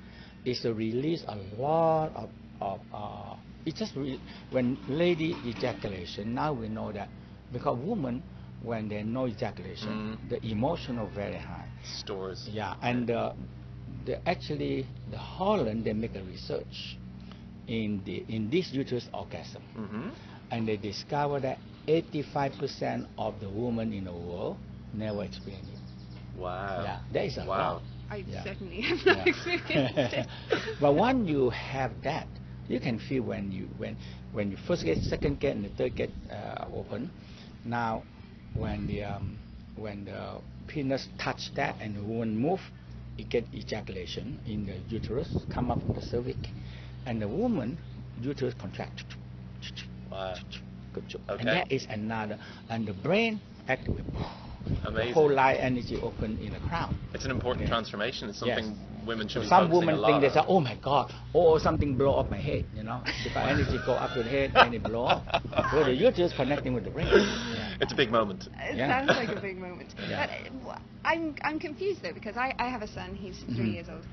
[SPEAKER 2] is to release a lot of, of uh, it's just re- when lady ejaculation now we know that because women when they know ejaculation
[SPEAKER 3] Mm.
[SPEAKER 2] the emotional very high
[SPEAKER 3] stores.
[SPEAKER 2] yeah, and uh, the, actually, the Holland they make a research in the in this uterus orgasm,
[SPEAKER 3] hmm
[SPEAKER 2] and they discover that 85% of the women in the world never experience it.
[SPEAKER 3] Wow.
[SPEAKER 2] Yeah, that is a
[SPEAKER 3] wow.
[SPEAKER 2] lot.
[SPEAKER 4] I
[SPEAKER 2] Yeah.
[SPEAKER 4] certainly have
[SPEAKER 3] <laughs>
[SPEAKER 2] Yeah.
[SPEAKER 4] not <laughs> experienced
[SPEAKER 2] <laughs>
[SPEAKER 4] it.
[SPEAKER 2] but when you have that, you can feel when you when when you first get second get and the third get uh, open. Now, when the um, when the penis touch that and the woman move, it get ejaculation in the uterus, come up from the cervix, and the woman uterus contract.
[SPEAKER 3] Wow.
[SPEAKER 2] Good job.
[SPEAKER 3] Okay.
[SPEAKER 2] And that is another, and the brain activate. The
[SPEAKER 3] Amazing.
[SPEAKER 2] whole light energy open in the crown.
[SPEAKER 3] It's an important
[SPEAKER 2] Yeah.
[SPEAKER 3] transformation. It's something
[SPEAKER 2] Yes.
[SPEAKER 3] women should
[SPEAKER 2] So
[SPEAKER 3] be
[SPEAKER 2] some
[SPEAKER 3] focusing
[SPEAKER 2] women
[SPEAKER 3] a lot
[SPEAKER 2] think they say,
[SPEAKER 3] on.
[SPEAKER 2] "Oh my God, oh something blow off my head," you know. If our energy go up to the head, then it blow off. Well, the uterus connecting with the <laughs>
[SPEAKER 3] <laughs>
[SPEAKER 2] brain. Yeah.
[SPEAKER 3] It's a big moment.
[SPEAKER 4] It
[SPEAKER 2] Yeah.
[SPEAKER 4] sounds like a big moment.
[SPEAKER 2] <laughs>
[SPEAKER 4] But
[SPEAKER 2] Yeah.
[SPEAKER 4] uh, wha- I'm, I'm confused though because I, I have a son, he's 3
[SPEAKER 2] Mhm.
[SPEAKER 4] years old.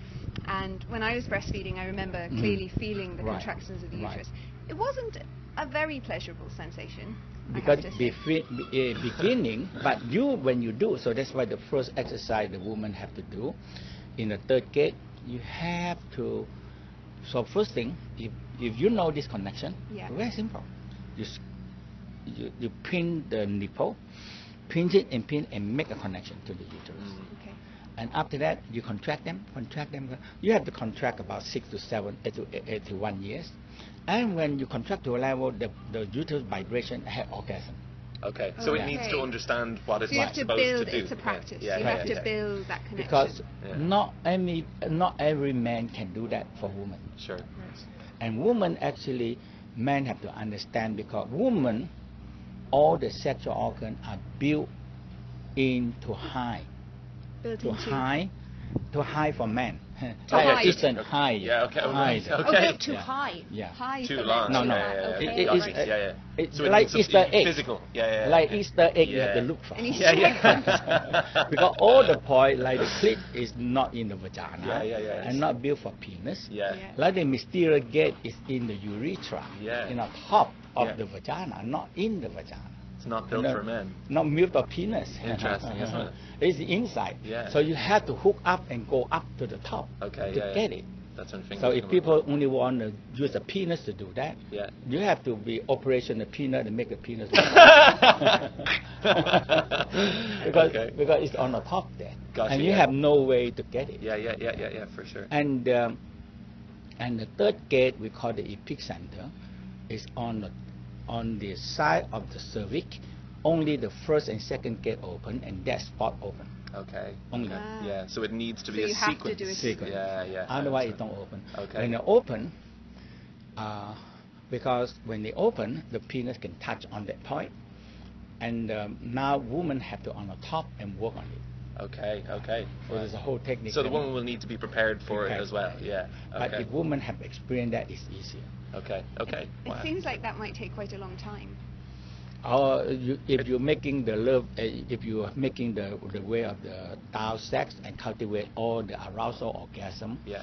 [SPEAKER 4] And when I was breastfeeding, I remember
[SPEAKER 2] Mhm.
[SPEAKER 4] clearly feeling the
[SPEAKER 2] Right.
[SPEAKER 4] contractions of the
[SPEAKER 2] Right.
[SPEAKER 4] uterus. It wasn't a very pleasurable sensation. I have
[SPEAKER 2] Because
[SPEAKER 4] to say.
[SPEAKER 2] befi- be- eh, beginning, but you when you do, so that's why the first exercise the woman have to do, in the third gate, you have to. So first thing, if if you know this connection,
[SPEAKER 4] Yeah.
[SPEAKER 2] very simple, you, s- you you pin the nipple, pin it and pin and make a connection to the uterus.
[SPEAKER 3] Mm.
[SPEAKER 4] Okay.
[SPEAKER 2] And after that, you contract them, contract them. You have to contract about six to seven, eight to, eight to one years. And when you contract to a level, the, the uterus vibration have orgasm.
[SPEAKER 3] Okay. So it
[SPEAKER 2] Okay.
[SPEAKER 3] needs to understand what it's
[SPEAKER 4] So you have to
[SPEAKER 3] supposed
[SPEAKER 4] build,
[SPEAKER 3] to do.
[SPEAKER 4] it's a
[SPEAKER 3] Yeah.
[SPEAKER 4] practice.
[SPEAKER 3] Yeah,
[SPEAKER 4] you
[SPEAKER 3] yeah,
[SPEAKER 4] have
[SPEAKER 3] yeah.
[SPEAKER 4] to build that connection.
[SPEAKER 2] Because
[SPEAKER 3] Yeah.
[SPEAKER 2] not any, not every man can do that for women.
[SPEAKER 3] Sure.
[SPEAKER 2] And women actually, men have to understand because women, all the sexual organ are built into high,
[SPEAKER 4] built
[SPEAKER 2] to
[SPEAKER 4] into-
[SPEAKER 2] hide, to hide for men. <laughs>
[SPEAKER 4] To
[SPEAKER 2] Like a
[SPEAKER 4] hide.
[SPEAKER 2] Eastern high.
[SPEAKER 3] Yeah, okay,
[SPEAKER 2] high.
[SPEAKER 3] okay.
[SPEAKER 4] Oh, built too
[SPEAKER 2] Yeah.
[SPEAKER 4] high.
[SPEAKER 2] Yeah.
[SPEAKER 4] High
[SPEAKER 3] Too
[SPEAKER 4] for men,
[SPEAKER 3] long.
[SPEAKER 2] No,
[SPEAKER 4] too
[SPEAKER 2] no.
[SPEAKER 4] high.
[SPEAKER 3] Yeah, yeah,
[SPEAKER 4] Okay.
[SPEAKER 2] It- it
[SPEAKER 4] all
[SPEAKER 2] is-
[SPEAKER 4] right.
[SPEAKER 3] Yeah, yeah.
[SPEAKER 2] It's
[SPEAKER 3] So it
[SPEAKER 2] like
[SPEAKER 3] needs some-
[SPEAKER 2] Easter egg.
[SPEAKER 3] Physical. Yeah, yeah. yeah.
[SPEAKER 2] Like Easter egg, you have to
[SPEAKER 3] Yeah.
[SPEAKER 2] look for.
[SPEAKER 4] And he's
[SPEAKER 3] <laughs> Yeah,
[SPEAKER 2] yeah. <laughs>
[SPEAKER 3] yeah.
[SPEAKER 2] because all the point, like the clit, is not in the vagina.
[SPEAKER 3] Yeah, yeah, yeah.
[SPEAKER 2] And not built for penis.
[SPEAKER 3] Yeah.
[SPEAKER 4] Yeah.
[SPEAKER 2] Like the mysterious gate is in the urethra.
[SPEAKER 3] Yeah.
[SPEAKER 2] In the top of
[SPEAKER 3] Yeah.
[SPEAKER 2] the vagina, not in the vagina.
[SPEAKER 3] It's not built
[SPEAKER 2] No,
[SPEAKER 3] for men.
[SPEAKER 2] Not built for penis. <laughs>
[SPEAKER 3] Interesting, isn't it?
[SPEAKER 2] It's inside.
[SPEAKER 3] Yeah.
[SPEAKER 2] So you have to hook up and go up to the top
[SPEAKER 3] Okay.
[SPEAKER 2] to
[SPEAKER 3] yeah, yeah.
[SPEAKER 2] get it.
[SPEAKER 3] That's when fingers
[SPEAKER 2] So if
[SPEAKER 3] come
[SPEAKER 2] people
[SPEAKER 3] up.
[SPEAKER 2] only want to use a penis to do that,
[SPEAKER 3] Yeah. <laughs>
[SPEAKER 2] you have to be operation a peanut and make a peanut. <laughs> because,
[SPEAKER 3] Okay.
[SPEAKER 2] because it's on the top there,
[SPEAKER 3] Gotcha,
[SPEAKER 2] and you
[SPEAKER 3] yeah.
[SPEAKER 2] have no way to get it.
[SPEAKER 3] Yeah, yeah, yeah, yeah, yeah, for sure.
[SPEAKER 2] And um, and the third gate we call the epic center is on the on the side of the cervix. Only the first and second gate open, and that spot open.
[SPEAKER 3] Okay.
[SPEAKER 2] Only.
[SPEAKER 4] Ah.
[SPEAKER 3] Yeah, so it needs to
[SPEAKER 4] So
[SPEAKER 3] be a
[SPEAKER 4] you have to
[SPEAKER 3] sequence.
[SPEAKER 4] do a
[SPEAKER 2] sequence.
[SPEAKER 3] Yeah, yeah. I
[SPEAKER 2] Otherwise, it
[SPEAKER 3] understand.
[SPEAKER 2] don't open.
[SPEAKER 3] Okay.
[SPEAKER 2] When they open, uh, because when they open, the penis can touch on that point, and um, now women have to on the top and work on it.
[SPEAKER 3] Okay, okay.
[SPEAKER 2] So there's a whole technique.
[SPEAKER 3] So the
[SPEAKER 2] that-
[SPEAKER 3] woman will need to be prepared for
[SPEAKER 2] Prepared.
[SPEAKER 3] it as well. Yeah.
[SPEAKER 2] But
[SPEAKER 3] Okay.
[SPEAKER 2] if women have experienced that, it's easier.
[SPEAKER 3] Okay. Okay.
[SPEAKER 4] It
[SPEAKER 3] Wow.
[SPEAKER 4] seems like that might take quite a long time.
[SPEAKER 2] Or you, if you're making the love, uh, if you are making the the way of the Tao sex and cultivate all the arousal orgasm,
[SPEAKER 3] Yeah.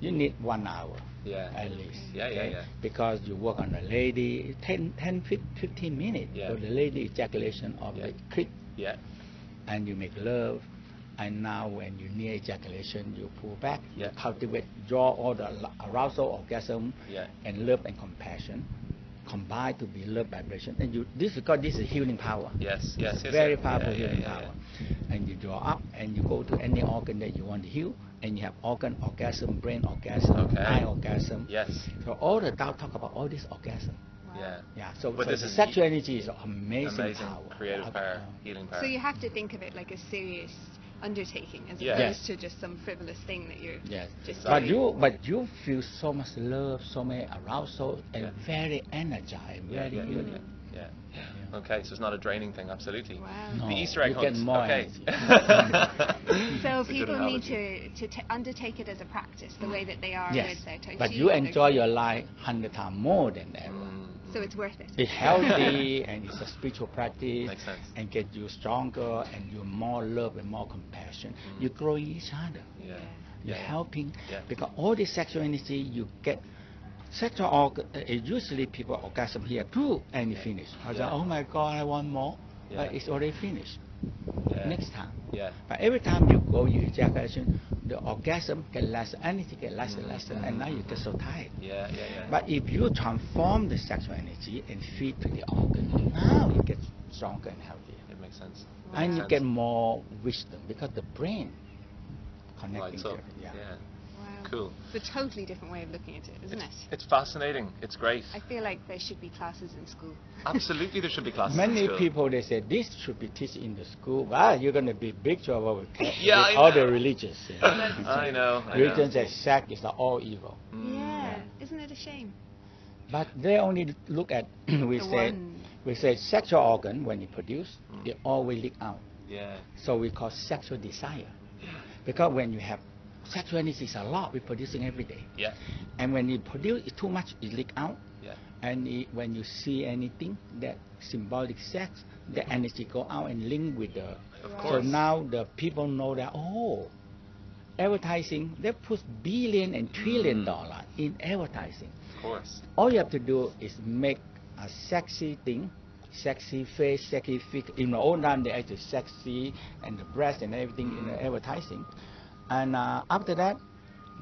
[SPEAKER 2] you need one hour
[SPEAKER 3] Yeah.
[SPEAKER 2] at least
[SPEAKER 3] Yeah, yeah,
[SPEAKER 2] okay?
[SPEAKER 3] yeah.
[SPEAKER 2] because you work on the lady 10, 10 fif- 15 minutes
[SPEAKER 3] Yeah.
[SPEAKER 2] for the lady ejaculation of
[SPEAKER 3] Yeah.
[SPEAKER 2] the clit
[SPEAKER 3] Yeah.
[SPEAKER 2] and you make love and now when you near ejaculation you pull back
[SPEAKER 3] Yeah.
[SPEAKER 2] you cultivate draw all the al- arousal orgasm
[SPEAKER 3] Yeah.
[SPEAKER 2] and love and compassion combine to be love vibration and you this because this is healing power
[SPEAKER 3] Yes,
[SPEAKER 2] It's
[SPEAKER 3] yes,
[SPEAKER 2] a
[SPEAKER 3] yes,
[SPEAKER 2] very
[SPEAKER 3] yeah.
[SPEAKER 2] powerful
[SPEAKER 3] Yeah, yeah,
[SPEAKER 2] healing
[SPEAKER 3] yeah,
[SPEAKER 2] power and you draw up and you go to any organ that you want to heal and you have organ orgasm brain orgasm
[SPEAKER 3] Okay.
[SPEAKER 2] eye orgasm
[SPEAKER 3] Yes.
[SPEAKER 2] so all the Tao talk about all this orgasm.
[SPEAKER 3] Yeah.
[SPEAKER 2] Yeah. So,
[SPEAKER 3] But
[SPEAKER 2] so
[SPEAKER 3] this
[SPEAKER 2] the
[SPEAKER 3] is-
[SPEAKER 2] sexual energy is amazing,
[SPEAKER 3] Amazing
[SPEAKER 2] power.
[SPEAKER 3] creative
[SPEAKER 2] Uh,
[SPEAKER 3] power,
[SPEAKER 2] uh,
[SPEAKER 3] healing power.
[SPEAKER 4] So you have to think of it like a serious undertaking as
[SPEAKER 3] Yeah.
[SPEAKER 4] opposed
[SPEAKER 2] Yes.
[SPEAKER 4] to just some frivolous thing that you're
[SPEAKER 2] Yes.
[SPEAKER 4] just
[SPEAKER 2] But
[SPEAKER 4] doing.
[SPEAKER 2] you but you feel so much love, so many arousal, and
[SPEAKER 3] Yeah.
[SPEAKER 2] very energized,
[SPEAKER 3] Yeah,
[SPEAKER 2] very
[SPEAKER 3] yeah, yeah,
[SPEAKER 2] healing.
[SPEAKER 3] yeah, yeah.
[SPEAKER 2] Yeah.
[SPEAKER 3] Okay, so it's not a draining thing, absolutely.
[SPEAKER 4] Wow.
[SPEAKER 2] No,
[SPEAKER 3] The Easter egg
[SPEAKER 2] you
[SPEAKER 3] hunt.
[SPEAKER 2] get more
[SPEAKER 3] okay. <laughs>
[SPEAKER 2] energy.
[SPEAKER 4] So
[SPEAKER 3] It's a good
[SPEAKER 4] people need
[SPEAKER 3] analogy.
[SPEAKER 4] to, to t- undertake it as a practice, the way that they are
[SPEAKER 2] Yes,
[SPEAKER 4] with their tofu.
[SPEAKER 2] but you
[SPEAKER 4] their
[SPEAKER 2] enjoy your
[SPEAKER 4] goat.
[SPEAKER 2] life hundred times more than ever.
[SPEAKER 3] Mm.
[SPEAKER 4] So it's worth it.
[SPEAKER 2] It's
[SPEAKER 3] <laughs>
[SPEAKER 2] healthy and it's a spiritual practice
[SPEAKER 3] Makes sense.
[SPEAKER 2] and get you stronger and you more love and more compassion.
[SPEAKER 3] Mm.
[SPEAKER 2] You grow each other.
[SPEAKER 3] Yeah.
[SPEAKER 2] You're
[SPEAKER 3] Yeah.
[SPEAKER 2] helping
[SPEAKER 3] Yeah.
[SPEAKER 2] because all this sexual energy you get sexual org- uh, usually people orgasm here too and it finish. I was
[SPEAKER 3] Yeah.
[SPEAKER 2] like, oh my god, I want more.
[SPEAKER 3] Yeah.
[SPEAKER 2] But it's already finished.
[SPEAKER 3] Yeah.
[SPEAKER 2] Next time.
[SPEAKER 3] Yeah.
[SPEAKER 2] But every time you go, you ejaculation, the orgasm get less energy, get less and less, and now you get so tired.
[SPEAKER 3] Yeah, yeah, yeah.
[SPEAKER 2] But if you transform the sexual energy and feed to the organ, now you get stronger and healthier.
[SPEAKER 3] it makes sense.
[SPEAKER 2] And
[SPEAKER 3] Makes
[SPEAKER 2] you
[SPEAKER 3] sense.
[SPEAKER 2] get more wisdom because the brain connecting
[SPEAKER 3] lights
[SPEAKER 2] to
[SPEAKER 3] up.
[SPEAKER 2] it.
[SPEAKER 3] Yeah.
[SPEAKER 4] Wow.
[SPEAKER 3] Cool.
[SPEAKER 4] It's a totally different way of looking at it, isn't
[SPEAKER 3] it's,
[SPEAKER 4] it?
[SPEAKER 3] it's fascinating. It's great.
[SPEAKER 4] I feel like there should be classes in school.
[SPEAKER 3] Absolutely, there should be classes. in
[SPEAKER 2] Many
[SPEAKER 3] school.
[SPEAKER 2] people they say this should be taught in the school. Wow, you're gonna be big trouble
[SPEAKER 3] <laughs>
[SPEAKER 2] with, with
[SPEAKER 3] Yeah, I
[SPEAKER 2] all
[SPEAKER 3] know.
[SPEAKER 2] the religions. you know.
[SPEAKER 3] <laughs> I know. I know.
[SPEAKER 2] Religions say sex is all evil,
[SPEAKER 3] Mm.
[SPEAKER 4] Yeah. Isn't it a shame?
[SPEAKER 2] but they only look at <clears throat> we
[SPEAKER 4] The
[SPEAKER 2] say
[SPEAKER 4] one.
[SPEAKER 2] we say sexual organ when it produce
[SPEAKER 3] Hmm.
[SPEAKER 2] it always leak out.
[SPEAKER 3] Yeah.
[SPEAKER 2] So we call sexual desire. Because when you have sexual energy is a lot, we're producing every day.
[SPEAKER 3] Yeah.
[SPEAKER 2] And when you produce it too much, it leak out.
[SPEAKER 3] Yeah.
[SPEAKER 2] And it, when you see anything that symbolic sex, the energy go out and link with the.
[SPEAKER 3] Mm-hmm. Of
[SPEAKER 2] So
[SPEAKER 3] course.
[SPEAKER 2] now the people know that oh, advertising they put billion and trillion
[SPEAKER 3] Mm.
[SPEAKER 2] dollar in advertising.
[SPEAKER 3] Of course.
[SPEAKER 2] All you have to do is make a sexy thing, sexy face, sexy figure. In the old time, they actually sexy and the breast and everything in
[SPEAKER 3] Mm.
[SPEAKER 2] the advertising. And uh, after that,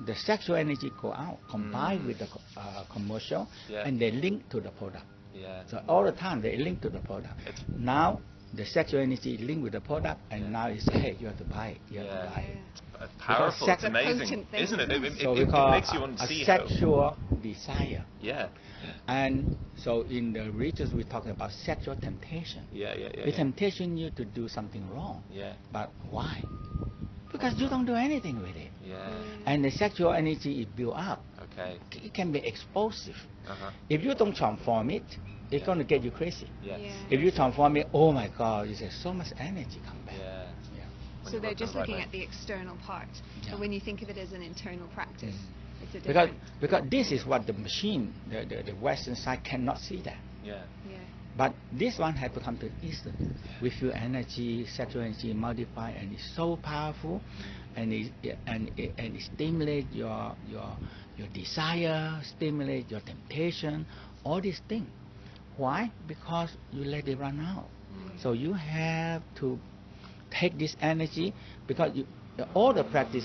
[SPEAKER 2] the sexual energy go out, combined with the co- uh, commercial,
[SPEAKER 3] Mm. Yeah.
[SPEAKER 2] and they link to the product.
[SPEAKER 3] Yeah.
[SPEAKER 2] So all the time they link to the product.
[SPEAKER 3] It's-
[SPEAKER 2] now the sexual energy link with the product, and
[SPEAKER 3] Yeah.
[SPEAKER 2] now it's hey, you have to buy it, you have
[SPEAKER 3] Yeah.
[SPEAKER 2] to buy it.
[SPEAKER 3] It's powerful. It's
[SPEAKER 2] sex-
[SPEAKER 3] amazing,
[SPEAKER 4] Potent thing.
[SPEAKER 3] isn't it? It, it,
[SPEAKER 2] So
[SPEAKER 3] it-
[SPEAKER 2] we
[SPEAKER 3] it
[SPEAKER 2] call
[SPEAKER 3] makes you
[SPEAKER 2] a,
[SPEAKER 3] want to
[SPEAKER 2] a
[SPEAKER 3] see how.
[SPEAKER 2] sexual desire.
[SPEAKER 3] Yeah.
[SPEAKER 2] And so in the religions, we're talking about sexual temptation.
[SPEAKER 3] Yeah. Yeah. Yeah.
[SPEAKER 2] The
[SPEAKER 3] yeah.
[SPEAKER 2] temptation you to do something wrong.
[SPEAKER 3] Yeah.
[SPEAKER 2] But why? Because you don't do anything with it.
[SPEAKER 3] Yeah.
[SPEAKER 4] Mm.
[SPEAKER 2] And the sexual energy is built up.
[SPEAKER 3] Okay.
[SPEAKER 2] It can be explosive.
[SPEAKER 3] Uh huh.
[SPEAKER 2] If you don't transform it, it's
[SPEAKER 3] Yeah.
[SPEAKER 2] going to get you crazy.
[SPEAKER 3] Yes.
[SPEAKER 4] Yeah.
[SPEAKER 2] If you transform it, oh my God, you say so much energy come back.
[SPEAKER 3] Yeah.
[SPEAKER 2] Yeah.
[SPEAKER 3] When
[SPEAKER 4] So
[SPEAKER 3] you
[SPEAKER 4] they're
[SPEAKER 3] work on
[SPEAKER 4] just
[SPEAKER 3] the right
[SPEAKER 4] looking
[SPEAKER 3] way.
[SPEAKER 4] at the external part.
[SPEAKER 2] Yeah. Mm.
[SPEAKER 4] But when you think of it as an internal practice, it's a
[SPEAKER 2] Because,
[SPEAKER 4] different.
[SPEAKER 2] because this is what the machine, the, the, the Western side cannot see that.
[SPEAKER 3] Yeah.
[SPEAKER 4] yeah.
[SPEAKER 2] But this one had to come to Eastern. We feel energy, sexual energy multiply, and it's so powerful, and it and it, and it stimulate your your your desire, stimulate your temptation, all these things. Why? Because you let it run out.
[SPEAKER 3] Mm-hmm.
[SPEAKER 4] Mm.
[SPEAKER 2] So you have to take this energy because you, all the practice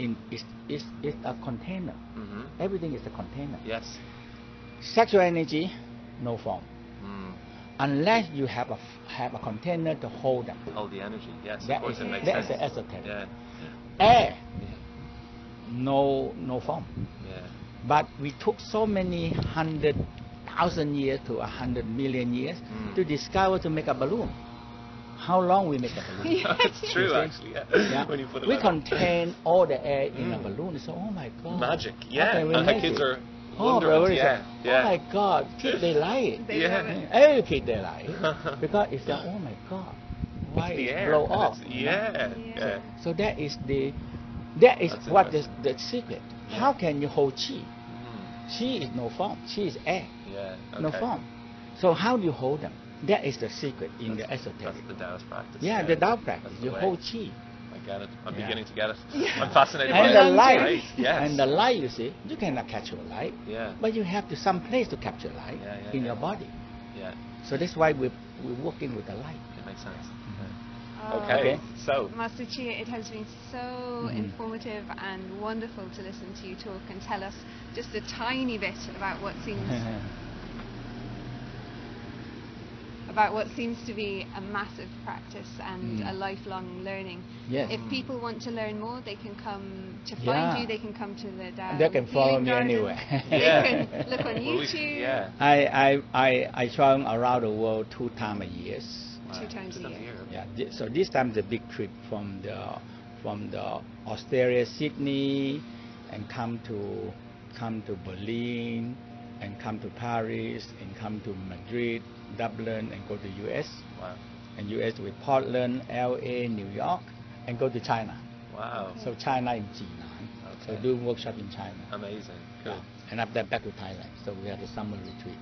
[SPEAKER 2] in is is is a container.
[SPEAKER 3] Mhm.
[SPEAKER 2] Everything is a container.
[SPEAKER 3] Yes.
[SPEAKER 2] Sexual energy, no form
[SPEAKER 3] Mm.
[SPEAKER 2] unless you have a have a container to hold them.
[SPEAKER 3] All the energy. Yes.
[SPEAKER 2] That
[SPEAKER 3] of course,
[SPEAKER 2] is-
[SPEAKER 3] it makes
[SPEAKER 2] that is
[SPEAKER 3] sense.
[SPEAKER 2] the esoteric.
[SPEAKER 3] Yeah.
[SPEAKER 2] Air,
[SPEAKER 3] Yeah.
[SPEAKER 2] no no form.
[SPEAKER 3] Yeah.
[SPEAKER 2] But we took so many hundred thousand years to a hundred million years
[SPEAKER 3] Mm.
[SPEAKER 2] to discover to make a balloon. How long we make a
[SPEAKER 3] <laughs>
[SPEAKER 2] balloon?
[SPEAKER 4] <laughs>
[SPEAKER 3] That's true,
[SPEAKER 2] You see?
[SPEAKER 3] actually. Yeah.
[SPEAKER 2] Yeah.
[SPEAKER 3] when you put it
[SPEAKER 2] we
[SPEAKER 3] like that.
[SPEAKER 2] contain all the air in a
[SPEAKER 3] Mm.
[SPEAKER 2] balloon. So, oh my god,
[SPEAKER 3] Magic,
[SPEAKER 2] how
[SPEAKER 3] yeah.
[SPEAKER 2] can we
[SPEAKER 3] And the
[SPEAKER 2] make
[SPEAKER 3] kids
[SPEAKER 2] it?
[SPEAKER 3] are
[SPEAKER 2] oh,
[SPEAKER 3] wondering,
[SPEAKER 2] brother, it's
[SPEAKER 3] yeah,
[SPEAKER 2] like,
[SPEAKER 3] yeah.
[SPEAKER 2] Oh my god, kids they
[SPEAKER 3] <laughs>
[SPEAKER 2] like it.
[SPEAKER 4] They
[SPEAKER 3] Yeah.
[SPEAKER 4] love it.
[SPEAKER 2] Every kid they
[SPEAKER 3] <laughs>
[SPEAKER 2] like it because it's like, oh my god, why
[SPEAKER 3] It's the
[SPEAKER 2] it
[SPEAKER 3] air.
[SPEAKER 2] blow
[SPEAKER 3] and
[SPEAKER 2] off?
[SPEAKER 3] it's-
[SPEAKER 2] you know?
[SPEAKER 3] Yeah.
[SPEAKER 4] Yeah.
[SPEAKER 3] Yeah.
[SPEAKER 2] So that is the that is
[SPEAKER 3] That's
[SPEAKER 2] what is the secret. How can you hold chi?
[SPEAKER 3] Mm.
[SPEAKER 2] Chi is no form. Chi is air,
[SPEAKER 3] Mm-hmm. Yeah.
[SPEAKER 2] no
[SPEAKER 3] okay.
[SPEAKER 2] form. So how do you hold them? That is the secret in the
[SPEAKER 3] That's-
[SPEAKER 2] esoteric.
[SPEAKER 3] That's the Taoist practice.
[SPEAKER 2] yeah, the Tao practice.
[SPEAKER 3] That's the
[SPEAKER 2] You
[SPEAKER 3] way.
[SPEAKER 2] hold chi.
[SPEAKER 3] I get it. I'm
[SPEAKER 2] Yeah.
[SPEAKER 3] beginning to get it. I'm fascinated by
[SPEAKER 2] And
[SPEAKER 3] it.
[SPEAKER 2] the
[SPEAKER 3] It's
[SPEAKER 2] light.
[SPEAKER 3] great, Yes.
[SPEAKER 2] And the light, you see, you cannot capture light.
[SPEAKER 3] Yeah.
[SPEAKER 2] But you have to some place to capture light
[SPEAKER 3] Yeah, yeah,
[SPEAKER 2] in
[SPEAKER 3] yeah.
[SPEAKER 2] your body.
[SPEAKER 3] Yeah.
[SPEAKER 2] So that's why we we're working with the light.
[SPEAKER 3] It makes sense.
[SPEAKER 4] Oh.
[SPEAKER 3] Okay.
[SPEAKER 2] Uh, Okay.
[SPEAKER 3] So.
[SPEAKER 4] Master Chia, it has been so
[SPEAKER 2] Mhm.
[SPEAKER 4] informative and wonderful to listen to you talk and tell us just a tiny bit about what seems about what seems to be a massive practice and
[SPEAKER 2] Mm.
[SPEAKER 4] a lifelong learning.
[SPEAKER 2] Yes.
[SPEAKER 4] If people want to learn more, they can come to find
[SPEAKER 2] Yeah.
[SPEAKER 4] you. They can come to the Tao
[SPEAKER 2] They can
[SPEAKER 4] Healing
[SPEAKER 2] follow me
[SPEAKER 4] Garden.
[SPEAKER 2] anywhere.
[SPEAKER 4] <laughs> They
[SPEAKER 3] Yeah.
[SPEAKER 4] can look on
[SPEAKER 3] Well, we-
[SPEAKER 4] YouTube.
[SPEAKER 3] yeah.
[SPEAKER 2] <laughs> I I I I travel around the world two times a year.
[SPEAKER 4] Two times a year.
[SPEAKER 2] Yeah, thi- so this time the big trip from the from the Australia Sydney and come to come to Berlin and come to Paris and come to Madrid Dublin, and go to U.S.
[SPEAKER 3] Wow.
[SPEAKER 2] and U.S. with Portland, L.A., New York, and go to China.
[SPEAKER 3] Wow.
[SPEAKER 2] So China in G9. So
[SPEAKER 3] Okay.
[SPEAKER 2] do workshop in China.
[SPEAKER 3] Amazing. Cool.
[SPEAKER 2] Yeah. And after that back to Thailand. So we had a summer retreat.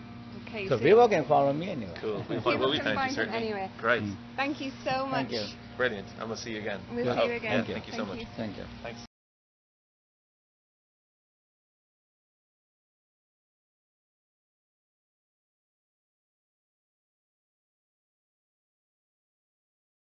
[SPEAKER 4] Okay.
[SPEAKER 2] So people can follow me anyway. <laughs>
[SPEAKER 3] Cool. We
[SPEAKER 4] People
[SPEAKER 3] find, well, we
[SPEAKER 4] can
[SPEAKER 3] found
[SPEAKER 4] find
[SPEAKER 3] you
[SPEAKER 4] him
[SPEAKER 3] certainly.
[SPEAKER 4] anywhere.
[SPEAKER 3] Great.
[SPEAKER 2] Mm.
[SPEAKER 4] Thank you so much.
[SPEAKER 2] Thank you.
[SPEAKER 3] Brilliant. And we'll see you again.
[SPEAKER 4] We'll
[SPEAKER 2] Yeah.
[SPEAKER 4] see you again.
[SPEAKER 3] Yeah, thank you so much.
[SPEAKER 2] Thank you.
[SPEAKER 3] Thanks.